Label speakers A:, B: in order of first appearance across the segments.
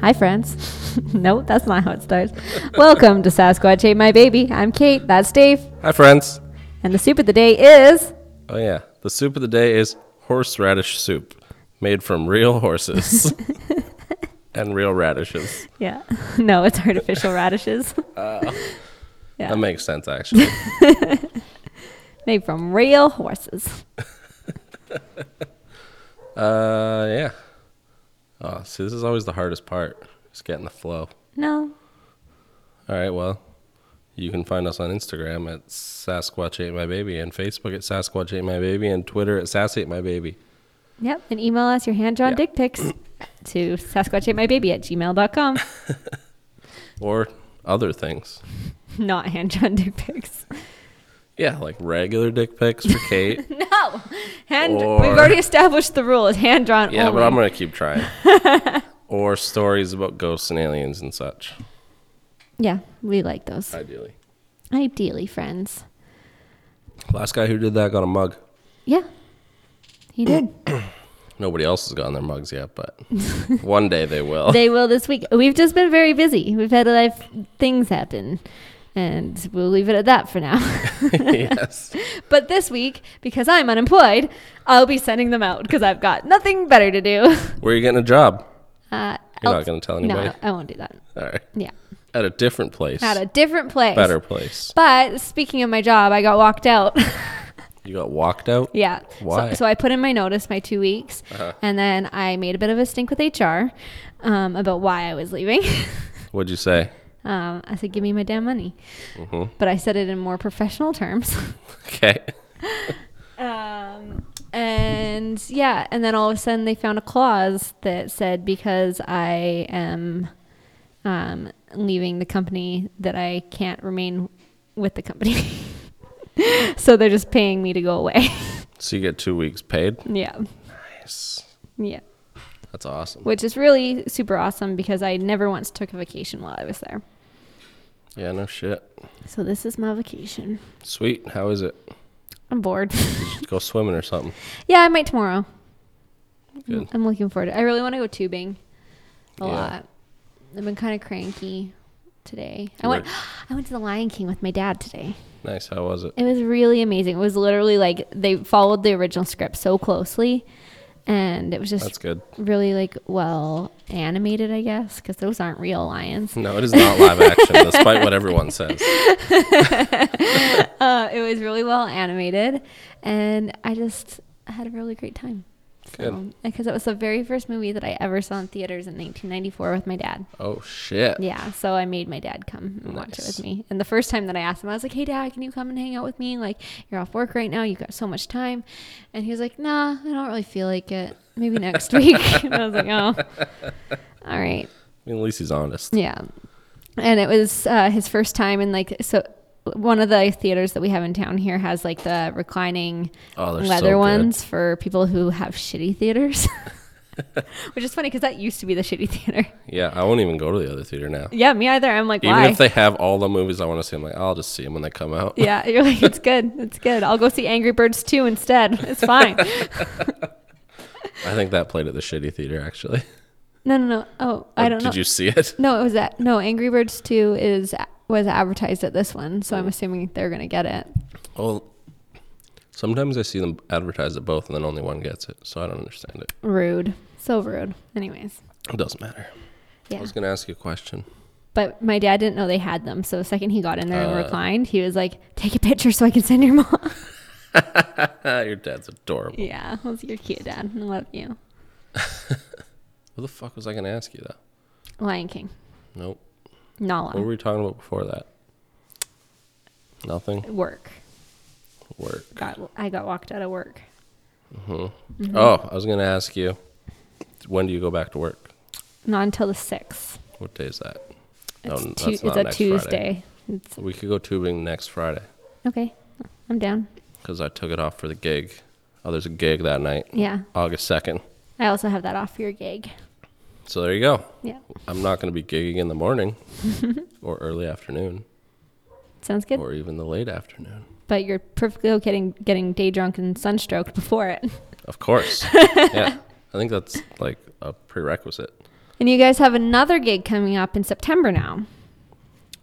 A: Hi, friends. no, that's not how it starts. Welcome to Sasquatch Ate My Baby. I'm Kate. That's Dave.
B: Hi, friends.
A: And the soup of the day is
B: Oh, yeah. The soup of the day is horseradish soup made from real horses and real radishes.
A: yeah. No, it's artificial radishes Yeah.
B: That makes sense, actually.
A: made from real horses.
B: uh, yeah. Oh, see, this is always the hardest part, is getting the flow.
A: No.
B: All right, well, you can find us on Instagram at Sasquatch Ate My Baby and Facebook at Sasquatch Ate My Baby and Twitter at Sass Ate My Baby.
A: Yep. And email us your hand drawn
B: Yeah.
A: dick pics to sasquatchatemybaby at gmail.com.
B: Or other things.
A: Not hand drawn dick pics.
B: Yeah, like regular dick pics for Kate.
A: No. Hand.
B: Or-
A: We've already established the rule. It's hand drawn.
B: Yeah,
A: only.
B: but I'm gonna keep trying. or stories about ghosts and aliens and such,
A: yeah, we like those.
B: ideally.
A: Ideally, friends.
B: Last guy who did that got a mug.
A: Yeah. He did.
B: Nobody else has gotten their mugs yet, but one day they will.
A: they will this week. We've just been very busy. We've had a lot of things happen. And we'll leave it at that for now.
B: yes.
A: but this week, because I'm unemployed, I'll be sending them out because I've got nothing better to do.
B: Where are you getting a job?
A: Uh,
B: You're
A: else-
B: not gonna tell
A: No,
B: anybody.
A: I won't do that.
B: All right.
A: Yeah.
B: At a different place.
A: At a different place.
B: better place.
A: But speaking of my job, I got walked out.
B: You got walked out.
A: Yeah.
B: Why? Uh-huh.
A: So, so I put in my notice, my two weeks, and then I made a bit of a stink with HR um, about why I was leaving.
B: What'd you say?
A: um, I said, "Give me my damn money," but I said it in more professional terms.
B: Okay.
A: um, and yeah, and then all of a sudden they found a clause that said because I am um, leaving the company that I can't remain with the company. so they're just paying me to go away.
B: So you get two weeks paid.
A: yeah.
B: Nice.
A: Yeah.
B: That's awesome.
A: which is really super awesome because I never once took a vacation while I was there.
B: Yeah. No shit.
A: So this is my vacation.
B: Sweet. How is it?
A: I'm bored.
B: Go swimming or something.
A: yeah, I might tomorrow.
B: Good.
A: I'm looking forward to it. I really want to go tubing a
B: Yeah.
A: lot. I've been kind of cranky today. I went
B: Right.
A: I went to the Lion King with my dad today.
B: Nice. How was it?
A: It was really amazing. It was literally like they followed the original script so closely and it was just
B: That's good.
A: really like well animated, I guess, cuz those aren't real lions.
B: No, it is not live action, despite what everyone says.
A: Uh, it was really well animated, and I just had a really great time. So,
B: Good.
A: because it was the very first movie that I ever saw in theaters in 1994 with my dad.
B: Oh shit.
A: Yeah, so I made my dad come and watch it
B: Nice.
A: with me. And the first time that I asked him, I was like, "Hey, Dad, can you come and hang out with me? Like, you're off work right now. You got so much time." And he was like, "Nah, I don't really feel like it. Maybe next week." and I was like, "Oh, all right."
B: I mean, at least he's honest.
A: Yeah. And it was uh, his first time in like so one of the theaters that we have in town here has like the reclining
B: Oh, they're
A: leather
B: so good.
A: ones for people who have shitty theaters. Which is funny because that used to be the shitty theater.
B: Yeah, I won't even go to the other theater now.
A: Yeah, me either. I'm like,
B: Even
A: why?
B: if they have all the movies I want to see, I'm like, I'll just see them when they come out.
A: yeah, you're like, it's good. It's good. I'll go see Angry Birds 2 instead. It's fine.
B: I think that played at the shitty theater actually.
A: no, no, no. Oh, I
B: Or
A: don't
B: Did
A: know.
B: you see it?
A: no, it was that. No, Angry Birds 2 is was advertised at this one, so I'm
B: Oh.
A: assuming they're going to get it.
B: Well, sometimes I see them advertised at both, and then only one gets it. So I don't understand it.
A: Rude. So rude. Anyways.
B: It doesn't matter.
A: Yeah.
B: I was gonna ask you a question.
A: But my dad didn't know they had them. So the second he got in there and
B: Uh.
A: reclined, he was like, "Take a picture so I can send your mom."
B: Ah, Your dad's adorable.
A: yeah, I was like, you're cute, Dad. I love you.
B: What the fuck was I gonna ask you though?
A: Lion King,
B: Nope.
A: not
B: What were
A: lion.
B: we talking about before that? Nothing.
A: work.
B: Work.
A: Got I got walked out of work. Mm-hmm.
B: Oh, I was gonna ask you, when do you go back to work?
A: Not until the sixth.
B: What day is that? No,
A: It's,
B: Oh, n-
A: tu-
B: that's
A: it's
B: not
A: a
B: next Friday.
A: Tuesday. It's,
B: We could go tubing next Friday
A: okay, I'm down.
B: because I took it off for the gig. Oh, there's a gig that night,
A: Yeah,
B: August second.
A: I also have that off for your gig.
B: So there you go.
A: Yeah,
B: I'm not going to be gigging in the morning, or early afternoon,
A: sounds good.
B: or even the late afternoon.
A: But you're perfectly okay getting getting day drunk and sunstroked before it.
B: Of course. yeah, I think that's like a prerequisite.
A: And you guys have another gig coming up in September now.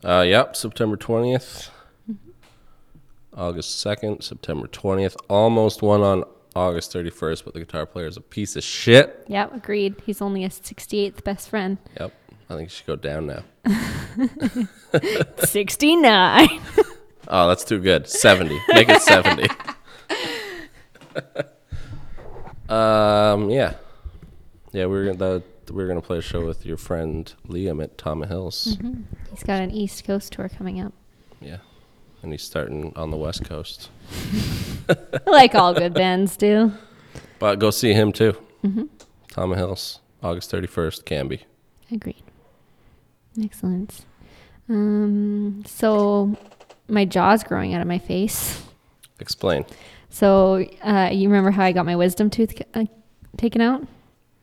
B: Uh, yep, September 20th,
A: Mm-hmm.
B: August 2nd, September 20th. Almost one on August 31st, but the guitar player is a piece of shit.
A: Yep, agreed. He's only his 68th best friend.
B: Yep, I think you should go down now.
A: 69.
B: Oh, that's too good. 70. Make it 70. um, yeah. Yeah, we were gonna the, we were gonna play a show with your friend Liam at Tom Hills.
A: Mm-hmm. He's got an East Coast tour coming up.
B: Yeah. And he's starting on the West Coast.
A: Like all good bands do.
B: But go see him too. Mm-hmm. Tom Hills, August 31st, Canby.
A: Agreed. Excellent. Um, so my jaw's growing out of my face.
B: Explain.
A: So uh, you remember how I got my wisdom tooth ca- uh, taken out?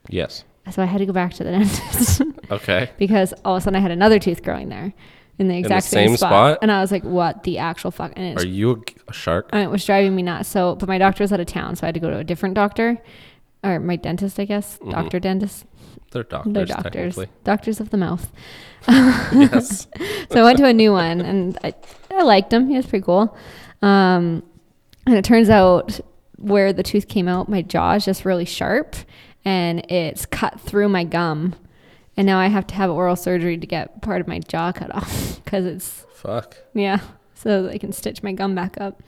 B: Yes.
A: So I had to go back to the dentist
B: Okay.
A: because all of a sudden I had another tooth growing there in the exact
B: same
A: spot.
B: spot?
A: And I was like, "What the actual fuck?" And
B: Are
A: it's
B: you a g- a shark?
A: and it was driving me nuts. So, but my doctor was out of town, so I had to go to a different doctor, or my dentist, I guess, doctor dentist.
B: They're Mm-hmm. doctors,
A: They're doctors,
B: technically.
A: doctors of the mouth.
B: yes.
A: so I went to a new one, and I, I liked him. He was pretty cool. Um, and it turns out where the tooth came out, my jaw is just really sharp, and it's cut through my gum. And now I have to have oral surgery to get part of my jaw cut off because it's
B: Fuck.
A: yeah, so they can stitch my gum back up.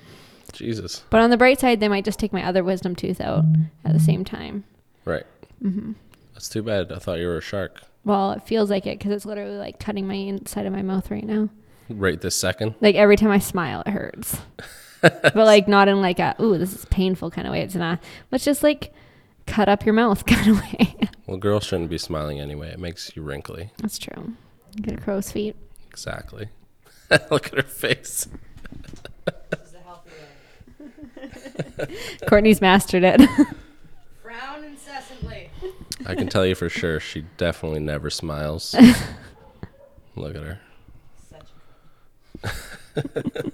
B: Jesus.
A: But on the bright side, they might just take my other wisdom tooth out at the same time.
B: Right. Mm-hmm. That's too bad. I thought you were a shark.
A: Well, it feels like it because it's literally like cutting my inside of my mouth right now.
B: Right this second.
A: Like every time I smile, it hurts. but like not in like a ooh, this is painful kind of way. It's not. Let's just like cut up your mouth kind of way.
B: Well, girls shouldn't be smiling anyway. It makes you wrinkly.
A: That's true. Get a crow's feet.
B: Exactly. Look at her face.
A: Courtney's mastered it.
C: Frown incessantly.
B: I can tell you for sure she definitely never smiles. Look at her.
C: Such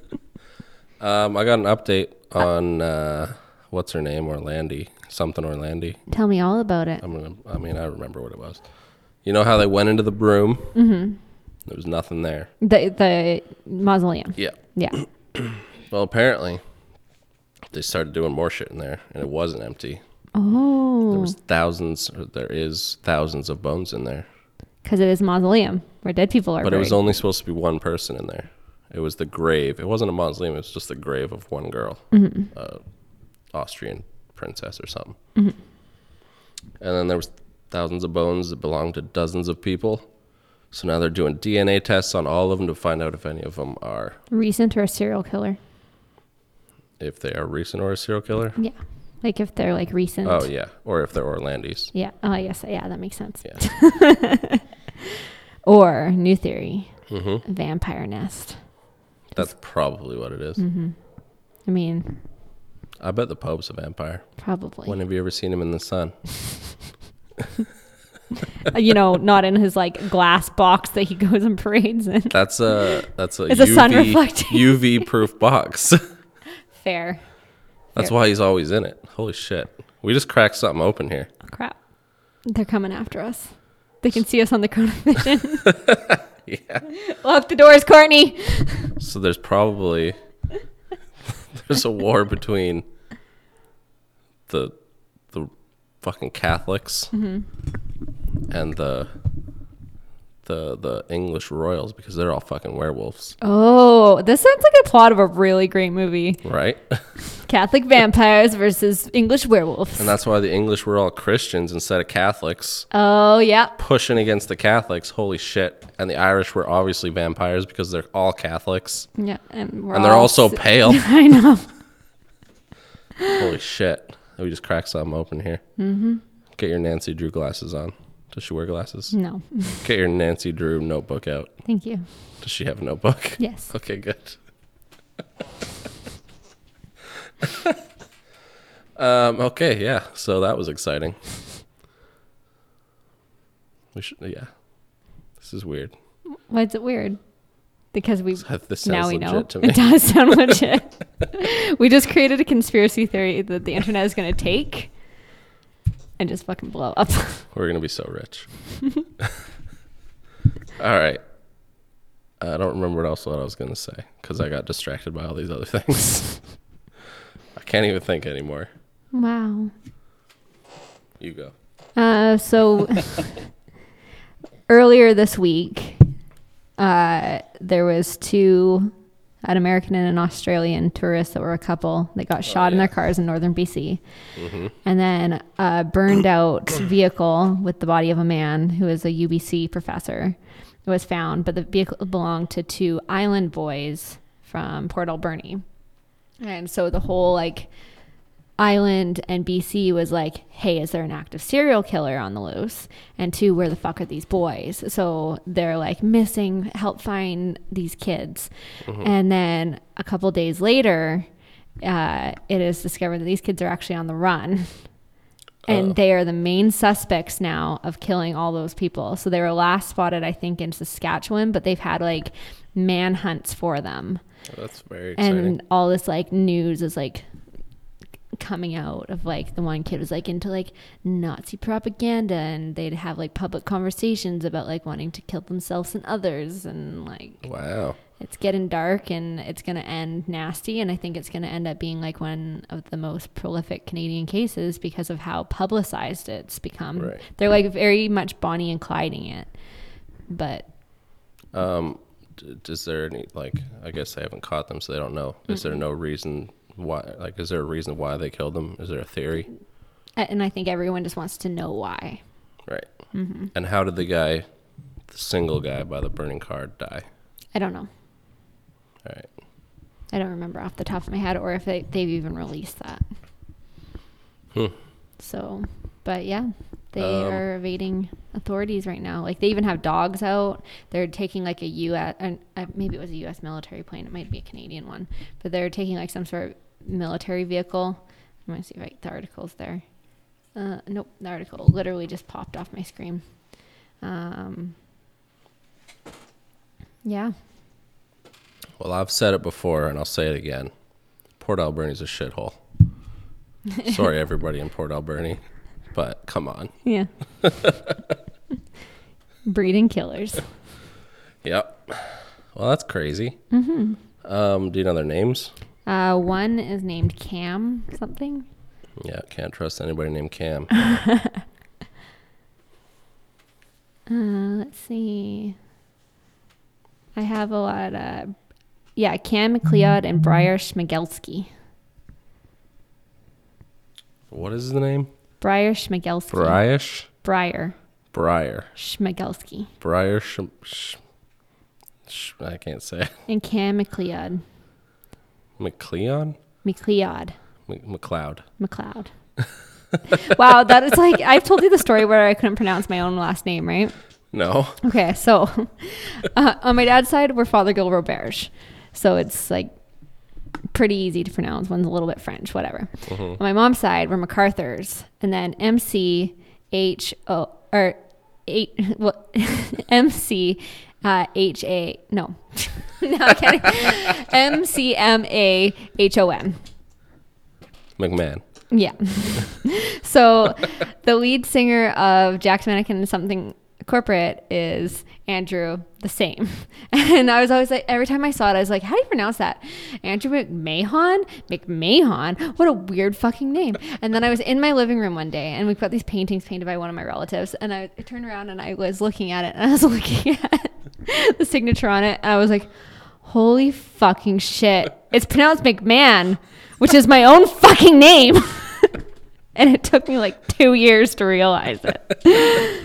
B: Um, I got an update on uh, what's her name, Orlandi, something Orlandi.
A: Tell me all about it.
B: I'm gonna. I mean, I remember what it was. You know how they went into the broom? Mm-hmm. There was nothing there.
A: The the mausoleum.
B: Yeah.
A: Yeah.
B: Well, apparently, they started doing more shit in there, and it wasn't empty. There
A: Oh,
B: was thousands. Or there is thousands of bones in there,
A: because it is a mausoleum where dead people are.
B: but it was
A: buried.
B: only supposed to be one person in there. It was the grave. It wasn't a mausoleum. It was just the grave of one girl, uh, Austrian princess or something. And then there was thousands of bones that belonged to dozens of people. So now they're doing DNA tests on all of them to find out if any of them are,
A: recent or a serial killer.
B: if they are recent or a serial killer.
A: Yeah, like if they're like recent.
B: Oh yeah, or if they're Orlandis.
A: Yeah. Oh, yes. Yeah, that makes sense.
B: Yeah. Mm-hmm.
A: Or new theory, vampire nest.
B: That's probably what it is.
A: I mean,
B: I bet the Pope's a vampire.
A: probably.
B: When have you ever seen him in the sun?
A: Uh, you know, not in his like glass box that he goes and parades in.
B: That's a that's a
A: It's a sun
B: UV
A: reflecting.
B: UV proof box.
A: Fair.
B: that's
A: Fair.
B: why he's always in it. Holy shit. We just cracked something open here.
A: Oh, crap. They're coming after us. They can see us on the corner vision. yeah. Lock the doors, Courtney.
B: So there's probably there's a war between the the fucking Catholics
A: Mm-hmm.
B: and the the the English royals because they're all fucking werewolves,
A: Oh, this sounds like a plot of a really great movie.
B: right?
A: Catholic vampires versus English werewolves.
B: And that's why the English were all Christians instead of Catholics,
A: Oh, yeah.
B: pushing against the Catholics. Holy shit. And the Irish were obviously vampires because they're all Catholics.
A: Yeah. And, we're
B: And they're
A: all
B: all so
A: s-
B: pale.
A: I know.
B: Holy shit. We just cracked something open here. Mm-hmm. Get your Nancy Drew glasses on. Does she wear glasses?
A: No.
B: Get your Nancy Drew notebook out.
A: Thank you.
B: Does she have a notebook?
A: Yes.
B: Okay, good. um, okay, yeah. So that was exciting. We should, yeah. This is weird.
A: Why is it weird? Because we
B: This sounds
A: now we
B: legit
A: know
B: to me.
A: it does sound legit. we just created a conspiracy theory that the internet is going to take, and just fucking blow up.
B: We're gonna be so rich. all right. I don't remember what else what I was gonna say because I got distracted by all these other things. I can't even think anymore.
A: wow.
B: You go.
A: Uh, so earlier this week, uh, there was two, an American and an Australian tourist that were a couple. They got shot in
B: yeah.
A: their cars in northern BC, and then a burned out vehicle with the body of a man who is a UBC professor was found, but the vehicle belonged to two island boys from Port Alberni. And so the whole like Island and BC was like, hey, is there an active serial killer on the loose? And two, where the fuck are these boys? So they're like missing, help find these kids. And then a couple days later, uh, it is discovered that these kids are actually on the run. And they are the main suspects now of killing all those people. So they were last spotted, I think, in Saskatchewan, but they've had like manhunts for them
B: That's very exciting.
A: and all this like news is like coming out of like the one kid was like into like Nazi propaganda and they'd have like public conversations about like wanting to kill themselves and others and like
B: wow.
A: it's getting dark and it's going to end nasty and I think it's going to end up being like one of the most prolific Canadian cases because of how publicized it's become.
B: Right.
A: They're like very much Bonnie and Clyding it. But
B: Um, d- is there any like? I guess they haven't caught them, so they don't know. Is there no reason why? Like, is there a reason why they killed them? Is there a theory?
A: and I think everyone just wants to know why.
B: Right. And how did the guy, the single guy by the burning car, die?
A: I don't know.
B: All right.
A: I don't remember off the top of my head or if they, they've even released that.
B: Hmm.
A: So, but yeah, they
B: Um,
A: are evading authorities right now. Like they even have dogs out. They're taking like a U.S. and uh, maybe it was a U.S. military plane. It might be a Canadian one, but they're taking like some sort of military vehicle. I'm gonna see if I, the article's there. Uh, nope, the article literally just popped off my screen. Um, yeah.
B: Well, I've said it before, and I'll say it again. Port Alberni's a shithole. Sorry, everybody in Port Alberni, but come on.
A: Yeah. Breeding killers.
B: Yep. Well, that's crazy. Mm-hmm. Um, do you know their names?
A: Uh, one is named Cam something.
B: Yeah, can't trust anybody named Cam.
A: Uh, let's see. I have a lot of. Yeah, Cam McLeod and Briar Schmigelski.
B: what is the name?
A: Briar Schmigelski.
B: Briash?
A: Briar
B: Briar.
A: Schmigelski.
B: Briar. Sh- sh- sh- I can't say. it.
A: And Cam McLeod.
B: McLeon?
A: McLeod.
B: Mc- McLeod.
A: McLeod. wow, that is like. I've told you the story where I couldn't pronounce my own last name, right?
B: No.
A: Okay, so uh, on my dad's side, we're Father Gilbert Berge. So it's like pretty easy to pronounce. One's a little bit French, whatever. On my mom's side, we're MacArthur's. And then M C H O or eight well M C uh, H A no. no, I can't. M C M A H O N.
B: McMahon.
A: Yeah. so the lead singer of Jack's Mannequin and Something Corporate is Andrew the same. And I was always like, every time I saw it, I was like, how do you pronounce that? Andrew McMahon? McMahon? What a weird fucking name. And then I was in my living room one day and we've got these paintings painted by one of my relatives. And I, I turned around and I was looking at it and I was looking at the signature on it. And I was like, holy fucking shit. It's pronounced McMahon, which is my own fucking name. and it took me like two years to realize it.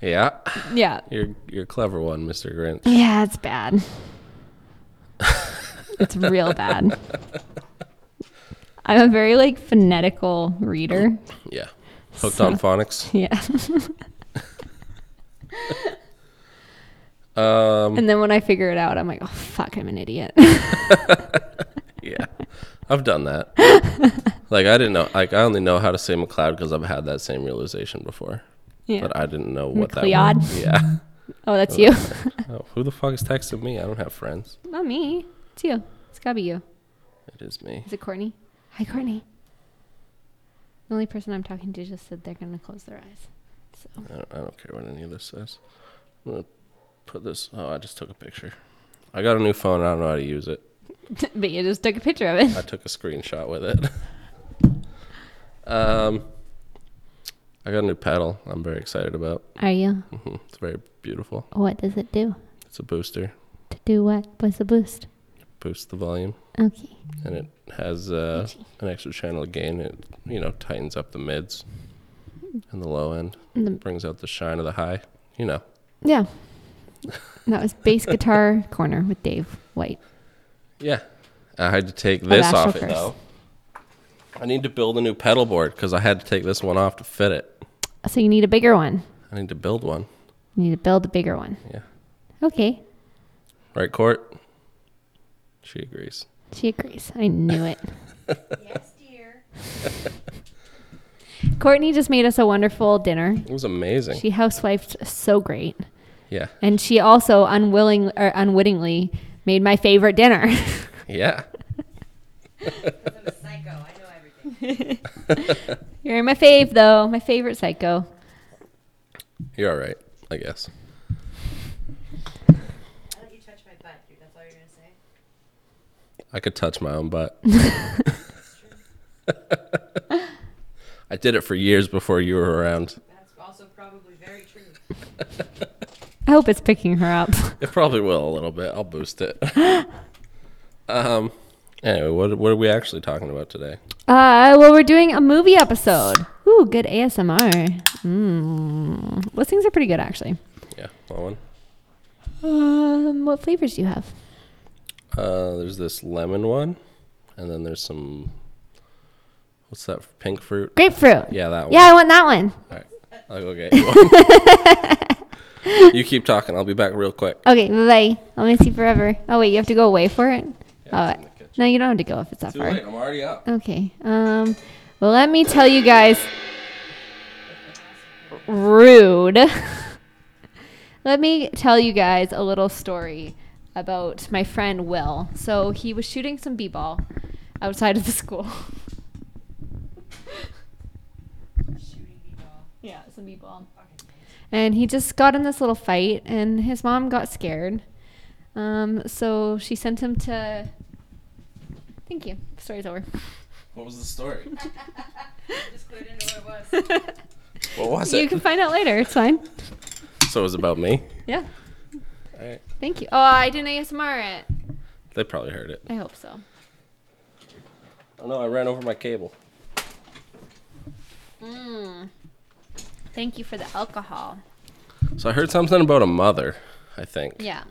B: Yeah.
A: Yeah.
B: You're, you're a clever one, Mr. Grinch.
A: Yeah, it's bad. it's real bad. I'm a very like phonetical reader.
B: Yeah. Hooked on phonics.
A: Yeah.
B: Um,
A: And then when I figure it out, I'm like, oh fuck, I'm an idiot.
B: yeah. I've done that. like, I didn't know. Like, I only know how to say McLeod because I've had that same realization before.
A: yeah.
B: But I didn't know what that
A: McLeod.
B: was. Yeah.
A: oh, that's you.
B: oh, who the fuck is texting me? I don't have friends.
A: Not me. It's you. It's gotta be you.
B: It is me.
A: Is it Courtney? Hi, Courtney. The only person I'm talking to just said they're going to close their eyes. So
B: I don't, I don't care what any of this says. I'm gonna put this. Oh, I just took a picture. I got a new phone. I don't know how to use it.
A: but you just took a picture of it.
B: I took a screenshot with it. um, I got a new paddle. I'm very excited about.
A: Are you?
B: hmm It's very beautiful.
A: What does it do?
B: It's a booster.
A: To do what? What's the boost?
B: Boosts the volume,
A: Okay.
B: and it has uh, an extra channel gain. It you know tightens up the mids and the low end.
A: The-
B: Brings out the shine of the high. You know.
A: yeah. That was bass guitar corner with Dave White.
B: Yeah. I had to take this
A: Astral
B: off it
A: Curse.
B: though. I need to build a new pedal board because I had to take this one off to fit it.
A: So you need a bigger one.
B: I need to build one.
A: You need to build a bigger one.
B: Yeah.
A: Okay.
B: Right, Court? She agrees.
A: She agrees. I knew it.
C: yes, dear.
A: Courtney just made us a wonderful dinner.
B: It was amazing.
A: She housewifed so great.
B: yeah.
A: And she also unwilling or unwittingly made my favorite dinner.
B: Yeah.
C: Because I'm a psycho. I know everything.
A: You're my fave though, my favorite psycho.
B: You're all right, I guess.
C: I let you touch my butt, dude. That's all you're gonna say.
B: I could touch my own butt. I did it for years before you were around.
C: That's also probably very true.
A: I hope it's picking her up.
B: It probably will a little bit. I'll boost it. um, anyway, what, what are we actually talking about today?
A: Uh, well, we're doing a movie episode. Ooh, good ASMR. Mm. Listings are pretty good actually.
B: Yeah, one one.
A: Um, what flavors do you have?
B: Uh, there's this lemon one, and then there's some. What's that? Pink fruit?
A: Grapefruit.
B: Yeah, that one.
A: Yeah, I want that one.
B: All right. I'll go get you. you keep talking. I'll be back real quick.
A: Okay, bye bye. I'll miss you forever. Oh wait, you have to go away for it.
B: Yeah, it's
A: oh,
B: in the kitchen.
A: no, you don't have to go if it's that
B: Too
A: far.
B: late. I'm already up.
A: Okay. Um. Well, let me tell you guys. Rude. let me tell you guys a little story about my friend Will. So he was shooting some b-ball outside of the school.
C: Shooting people.
A: yeah, some b-ball. And he just got in this little fight, and his mom got scared. Um, so she sent him to. Thank you. Story's over.
B: What was the story?
C: Just clued into what it was.
B: What was
A: you
B: it?
A: can find out later. It's fine.
B: so it was about me.
A: Yeah.
B: All right.
A: Thank you. Oh, I didn't ASMR it.
B: They probably heard it.
A: I hope so.
B: Oh no, I ran over my cable.
A: Thank you for the alcohol.
B: So I heard something about a mother. I think
A: Yeah.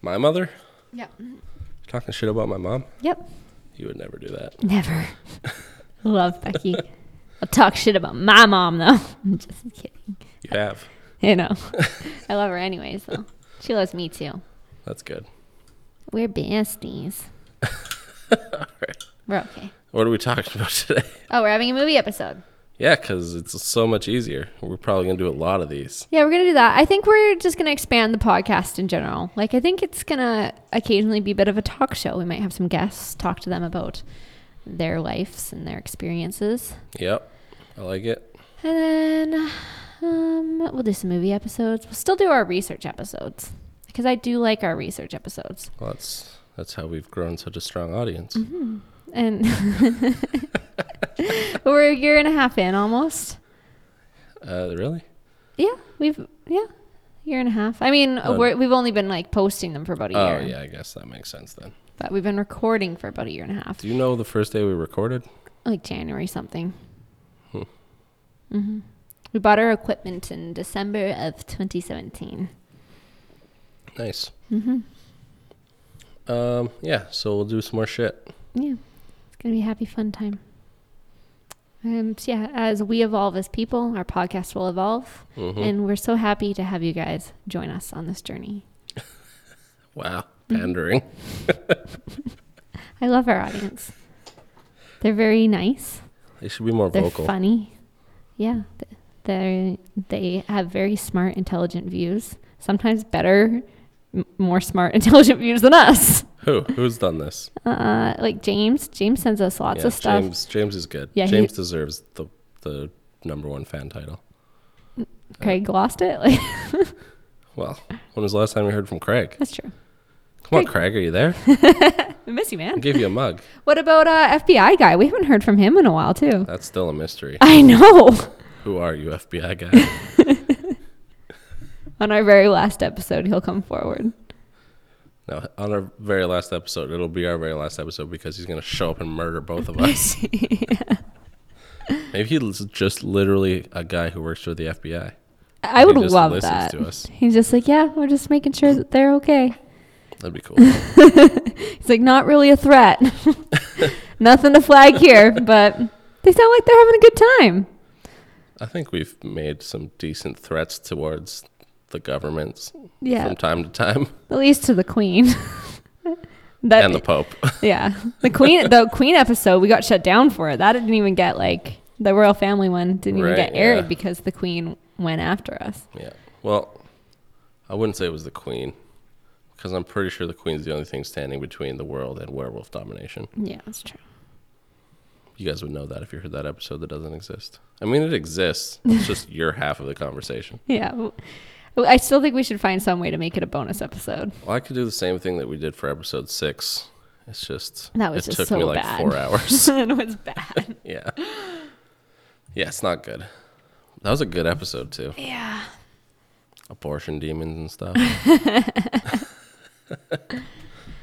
B: my mother
A: Yep.
B: talking shit about my mom.
A: Yep.
B: You would never do that.
A: Never. Love Becky. I'll talk shit about my mom though. I'm just kidding.
B: You have.
A: You know. I love her anyways though. She loves me too.
B: That's good.
A: We're besties.
B: All right.
A: We're okay.
B: What are we talking about today?
A: Oh, we're having a movie episode.
B: Yeah, because it's so much easier. We're probably going to do a lot of these.
A: Yeah, we're gonna do that. I think we're just gonna expand the podcast in general. Like, I think it's gonna occasionally be a bit of a talk show. We might have some guests talk to them about their lives and their experiences,
B: Yep. I like it.
A: and then um, we'll do some movie episodes. We'll still do our research episodes because I do like our research episodes.
B: Well, that's, that's how we've grown such a strong audience.
A: And we're a year and a half in almost.
B: Uh, really?
A: Yeah, we've yeah, year and a half. I mean,
B: Oh.
A: we're, we've only been like posting them for about a
B: Oh,
A: year.
B: yeah, I guess that makes sense then.
A: But we've been recording for about a year and a half,
B: Do you know the first day we recorded?
A: like January something.
B: Hmm.
A: hmm We bought our equipment in December of 2017.
B: Nice.
A: hmm
B: Um, yeah, so we'll do some more shit.
A: Yeah, it's gonna be a happy fun time. And yeah, as we evolve as people, our podcast will evolve,
B: hmm
A: and we're so happy to have you guys join us on this journey.
B: wow. Pandering.
A: I love our audience. They're very nice.
B: They should be more
A: They're
B: vocal.
A: funny. Yeah, th- they they have very smart, intelligent views. Sometimes better m- more smart, intelligent views than us.
B: Who? Who's done this?
A: Uh, like James, James sends us lots
B: Yeah,
A: of stuff.
B: James, James is good.
A: Yeah, he-
B: James deserves the the number one fan title. uh,
A: Craig lost it. Like,
B: Well, when was the last time you heard from Craig?
A: that's true.
B: Come on, Craig, are you there?
A: I miss you,
B: I'll
A: man.
B: give you a mug.
A: What about uh, FBI guy? We haven't heard from him in a while, too.
B: That's still a mystery.
A: I know.
B: Who are you, FBI guy?
A: On our very last episode, he'll come forward.
B: Now, on our very last episode, it'll be our very last episode because he's going to show up and murder both of us. Maybe he's just literally a guy who works for the FBI.
A: I would
B: He just
A: love
B: listens
A: that.
B: to us.
A: He's just like, yeah, we're just making sure that they're okay.
B: That'd be cool.
A: He's like, not really a threat. Nothing to flag here, but they sound like they're having a good time.
B: I think we've made some decent threats towards the governments
A: Yeah,
B: from time to time
A: at least to the queen. that
B: and the Pope.
A: yeah, the queen. The queen episode we got shut down for it. That didn't even get like the royal family one didn't even
B: Right,
A: get aired
B: yeah.
A: because the queen went after us.
B: yeah. Well, I wouldn't say it was the Queen because I'm pretty sure the Queen's the only thing standing between the world and werewolf domination.
A: Yeah, that's true.
B: You guys would know that if you heard that episode that doesn't exist. I mean, it exists. It's just your half of the conversation.
A: Yeah. w- I still think we should find some way to make it a bonus episode.
B: Well, I could do the same thing that we did for episode six. It's just
A: That was
B: it
A: just
B: took
A: so
B: me like
A: bad.
B: four hours.
A: it was bad.
B: yeah, yeah, it's not good. That was a good episode too.
A: Yeah.
B: Abortion demons and stuff.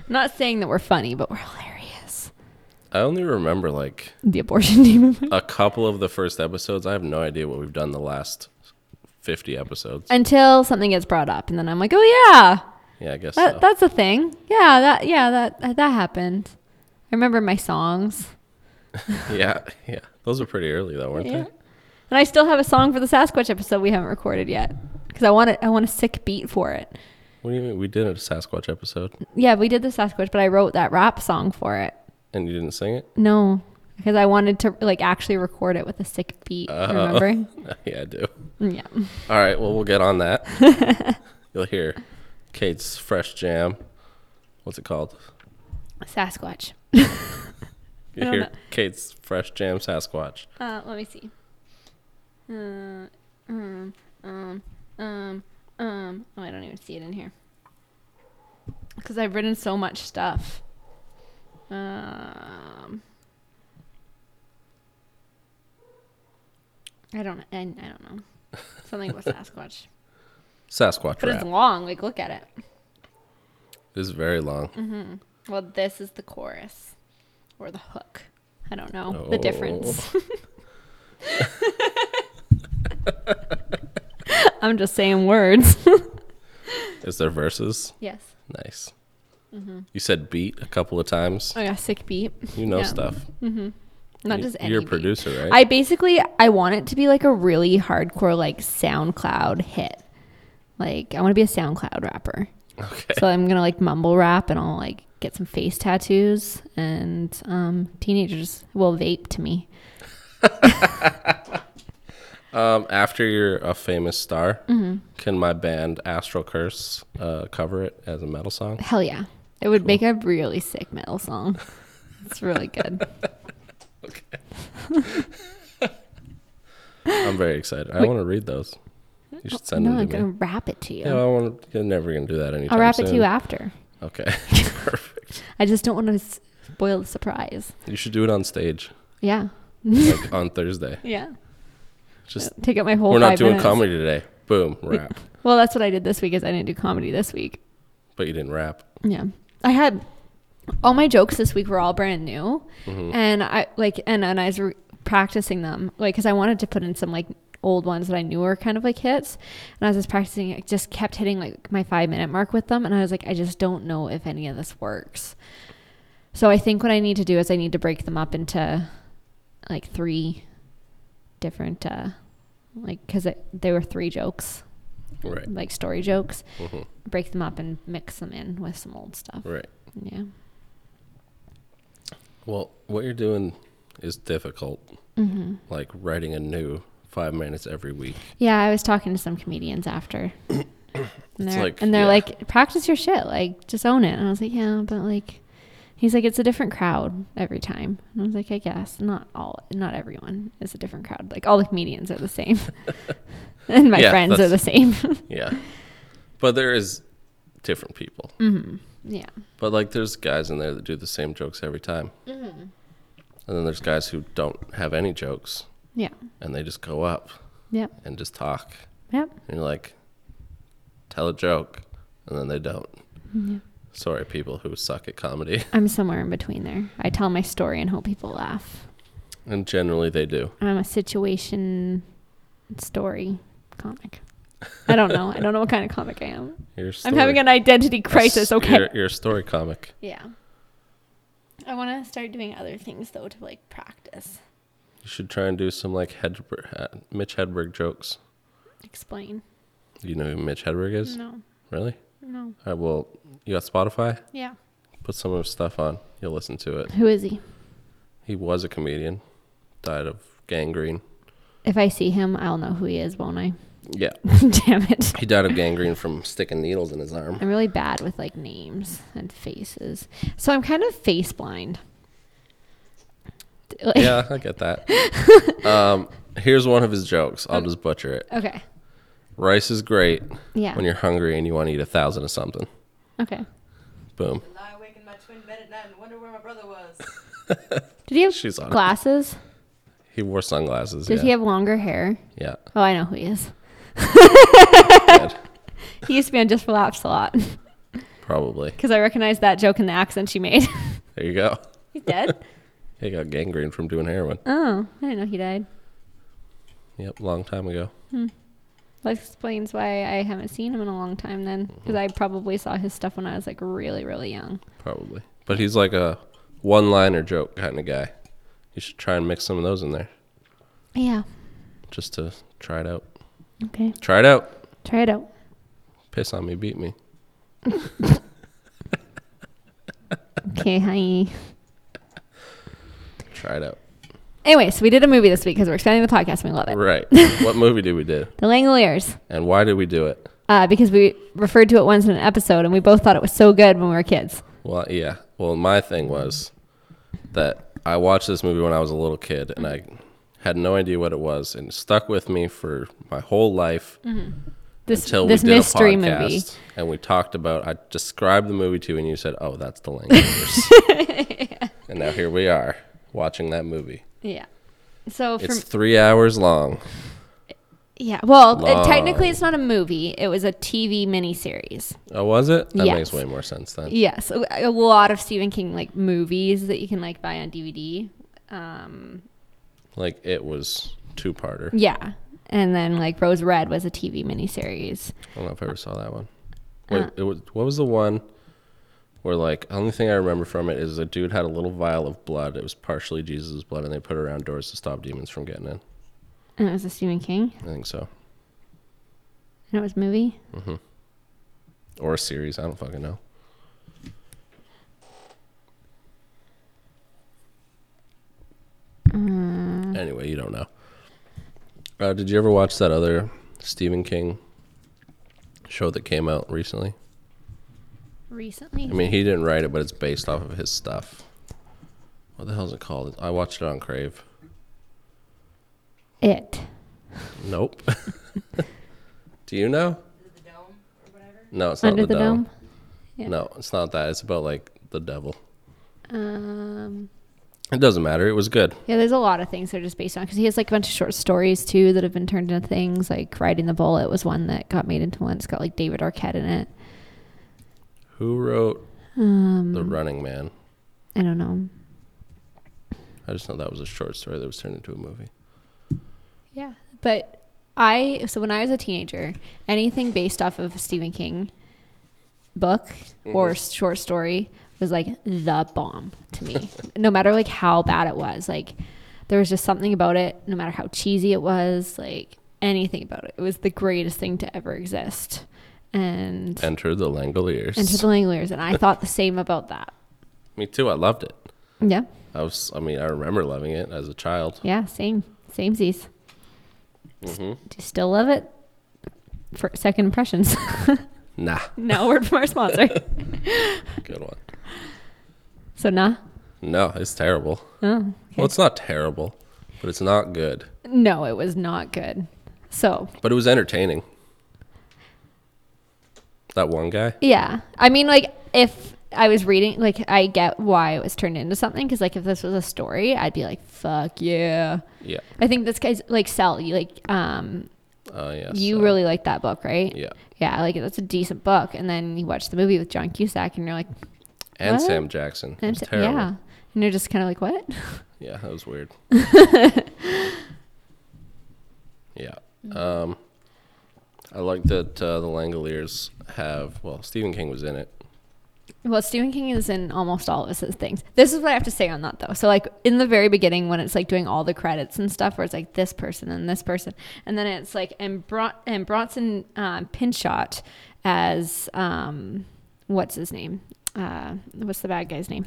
A: Not saying that we're funny, but we're hilarious.
B: I only remember like
A: The abortion demon.
B: a couple of the first episodes. I have no idea what we've done the last fifty episodes.
A: Until something gets brought up, and then I'm like, oh yeah,
B: Yeah, I guess
A: that,
B: so.
A: that's a thing. Yeah, that yeah that that happened. I remember my songs.
B: yeah, yeah. Those were pretty early though, weren't
A: Yeah.
B: they?
A: And I still have a song for the Sasquatch episode we haven't recorded yet because I want it. I want a sick beat for it.
B: What do you mean? We did a Sasquatch episode
A: Yeah, we did the Sasquatch, but I wrote that rap song for it.
B: and you didn't sing it?
A: No, because I wanted to like actually record it with a sick beat. Remember?
B: yeah, I do.
A: Yeah.
B: All right, well, we'll get on that. You'll hear Kate's fresh jam. What's it called?
A: Sasquatch.
B: You'll
A: don't
B: hear
A: know.
B: Kate's fresh jam Sasquatch.
A: Uh, let me see. Uh, um, um, um, um. Oh, I don't even see it in here. Because I've written so much stuff. Um. I don't. I, I don't know. Something with Sasquatch,
B: Sasquatch
A: but
B: rap.
A: it's long. Like, look at it.
B: It's very long.
A: Well, this is the chorus or the hook. I don't know
B: Oh.
A: the difference. I'm just saying words. Mm-hmm.
B: Is there verses?
A: yes.
B: Nice.
A: Mm-hmm.
B: You said beat a couple of times.
A: Oh yeah, sick beat.
B: You know
A: yeah.
B: stuff.
A: Not
B: You-
A: just any
B: You're a
A: beat.
B: producer, right?
A: I basically I want it to be like a really hardcore like SoundCloud hit. Like I want to be a SoundCloud rapper.
B: okay.
A: So I'm gonna like mumble rap and I'll like get some face tattoos and um, teenagers will vape to me.
B: Um, after you're a famous star,
A: Mm-hmm.
B: can my band Astral Curse uh, cover it as a metal song?
A: Hell yeah. It would make a really sick metal song. It's really good.
B: I'm very excited. I want to read those. You should send
A: no,
B: them
A: I'm
B: to
A: going
B: me.
A: to rap it to you.
B: Yeah, I want to, I'm never going to do that anytime
A: I'll rap it to you
B: soon.
A: after.
B: Okay. Perfect.
A: I just don't want to spoil the surprise.
B: You should do it on stage,
A: Yeah.
B: like on Thursday.
A: Yeah.
B: Just
A: Take out my whole
B: we're not
A: Uh, five
B: doing
A: minutes.
B: comedy today. Boom, rap.
A: Well, that's what I did this week is I didn't do comedy this week.
B: but you didn't rap.
A: Yeah. I had all my jokes this week were all brand new. And I like and, and I was re- practicing them like cuz I wanted to put in some like old ones that I knew were kind of like hits. And I was just practicing I just kept hitting like my 5 minute mark with them and I was like I just don't know if any of this works. So I think what I need to do is I need to break them up into like three different uh like cuz they were three jokes
B: Right.
A: like story jokes,
B: Mhm.
A: break them up and mix them in with some old stuff.
B: Right.
A: Yeah.
B: Well, what you're doing is difficult.
A: Mm-hmm.
B: Like writing a new five minutes every week.
A: Yeah, I was talking to some comedians after And
B: It's
A: they're,
B: like,
A: and they're
B: yeah.
A: like, practice your shit, like just own it. And I was like, yeah, but like, he's like, it's a different crowd every time. And I was like, I guess not all, not everyone is a different crowd. Like all the comedians are the same, and my
B: Yeah,
A: friends are
B: that's-
A: the same.
B: Yeah. But there is different people.
A: Mm-hmm. yeah,
B: But like there's guys in there that do the same jokes every time.
A: Mm-hmm.
B: And then there's guys who don't have any jokes
A: yeah,
B: and they just go up
A: yep,
B: and just talk.
A: yep.
B: And you're like, tell a joke. And then they don't.
A: Yeah.
B: Sorry, people who suck at comedy.
A: I'm somewhere in between there. I tell my story and hope people laugh.
B: And generally they do.
A: I'm a situation story comic. I don't know. I don't know what kind of comic I am.
B: You're
A: I'm having an identity crisis. Okay.
B: You're, you're a story comic.
A: Yeah. I want to start doing other things though to like practice.
B: You should try and do some like Hedberg, uh, Mitch Hedberg jokes.
A: Explain.
B: You know who Mitch Hedberg is?
A: No.
B: Really?
A: No.
B: All right, well, you got Spotify?
A: Yeah.
B: Put some of his stuff on. You'll listen to it.
A: Who is he?
B: He was a comedian, died of gangrene.
A: If I see him, I'll know who he is, won't I?
B: Yeah.
A: Damn it.
B: He died of gangrene from sticking needles in his arm.
A: I'm really bad with like names and faces. So I'm kind of face blind. Like-
B: Yeah, I get that. um, here's one of his jokes. I'll just butcher it.
A: Okay.
B: Rice is great
A: Yeah.
B: when you're hungry and you want to eat a thousand of something.
A: okay.
B: Boom.
C: And lie awake in my twin bed at night and wonder where my brother was.
A: Did he have
B: She's on it.
A: glasses?
B: He wore sunglasses.
A: Does
B: yeah.
A: he have longer hair?
B: Yeah.
A: Oh, I know who he is.
B: Good.
A: He used to be on Just for Laughs a lot
B: Probably.
A: because I recognized that joke in the accent she made.
B: There you go.
A: He's dead.
B: He got gangrene from doing heroin.
A: Oh, I didn't know he died.
B: Yep, long time ago.
A: That explains why I haven't seen him in a long time then, because I probably saw his stuff when I was like really, really young.
B: Probably. But he's like a one liner joke kind of guy. You should try and mix some of those in there
A: Yeah.
B: just to try it out.
A: Okay.
B: Try it out.
A: Try it out.
B: Piss on me, beat me.
A: Okay, hi.
B: Try it out.
A: Anyway, so we did a movie this week because we're expanding the podcast and we love it.
B: Right. what movie did we do?
A: The Langoliers,
B: And why did we do it?
A: uh, because we referred to it once in an episode and we both thought it was so good when we were kids.
B: Well, yeah. Well, my thing was that I watched this movie when I was a little kid and I had no idea what it was and it stuck with me for my whole life
A: This,
B: until
A: Mm-hmm. this
B: we did
A: mystery
B: a
A: movie.
B: podcast and we talked about I described the movie to you and you said, "Oh, that's the Langoliers." And now here we are watching that movie.
A: Yeah. So for
B: It's 3 hours long.
A: yeah, well, it-
B: Long.
A: technically it's not a movie. It was a TV miniseries.
B: Oh, was it? That
A: Yes.
B: makes way more sense then.
A: Yes, a a lot of Stephen King like movies that you can like buy on DVD. Um,
B: Like it was two-parter.
A: yeah, and then like Rose Red was a TV miniseries.
B: I don't know if I ever saw that one. Wait, it was, what was the one where like only thing I remember from it is a dude had a little vial of blood. It was partially Jesus' blood, and they put it around doors to stop demons from getting in.
A: And it was a Stephen King,
B: I think so,
A: and it was a movie.
B: or a series. I don't fucking know. Anyway, you don't know. Uh, did you ever watch that other Stephen King show that came out recently?
A: Recently,
B: I mean, he didn't write it, but it's based off of his stuff. What the hell's it called? I watched it on Crave.
A: it.
B: Nope. Do you know?
C: Is it the dome or whatever?
B: No, it's
A: Under
B: not the,
A: the
B: dome.
A: Dome? Yeah.
B: No, it's not that. It's about like the devil.
A: Um,
B: It doesn't matter. It was good.
A: yeah, there's a lot of things that are just based on because he has like a bunch of short stories too that have been turned into things. Like Riding the Bullet was one that got made into one. It's got like David Arquette in it.
B: Who wrote
A: Um,
B: The Running Man?
A: I don't know.
B: I just know that was a short story that was turned into a movie.
A: Yeah, but I so when I was a teenager, anything based off of a Stephen King book or s- short story was like the bomb to me. no matter like how bad it was, like there was just something about it. No matter how cheesy it was, like anything about it, it was the greatest thing to ever exist. And
B: Enter the Langoliers.
A: Enter the Langoliers, and I thought the same about that.
B: Me too. I loved it.
A: Yeah,
B: I was. I mean, I remember loving it as a child.
A: yeah, same, same z's.
B: hmm
A: Do you still love it? For second impressions.
B: Nah,
A: No word from our sponsor.
B: good one.
A: so nah.
B: No, it's terrible.
A: Oh, okay.
B: Well, it's not terrible, but it's not good.
A: no, it was not good. So
B: But it was entertaining. That one guy.
A: yeah, I mean, like if I was reading, like I get why it was turned into something because like if this was a story, I'd be like, fuck yeah.
B: Yeah.
A: I think this guy's like Sal. You like um,
B: Oh yeah.
A: you
B: so-
A: really like that book, right?
B: Yeah.
A: Yeah, like that's a decent book. And then you watch the movie with John Cusack, and you're like,
B: And
A: What?
B: Sam Jackson. It
A: I'm
B: was
A: so-
B: terrible.
A: yeah, and you're just kind of like, what?
B: Yeah, that was weird. yeah. Um, I like that uh, the Langoliers have, well, Stephen King was in it.
A: Well, Stephen King is in almost all of his things. This is what I have to say on that though. So like in the very beginning when it's like doing all the credits and stuff where it's like this person and this person and then it's like and Bron- and Bronson uh, Pinchot as um what's his name? Uh what's the bad guy's name?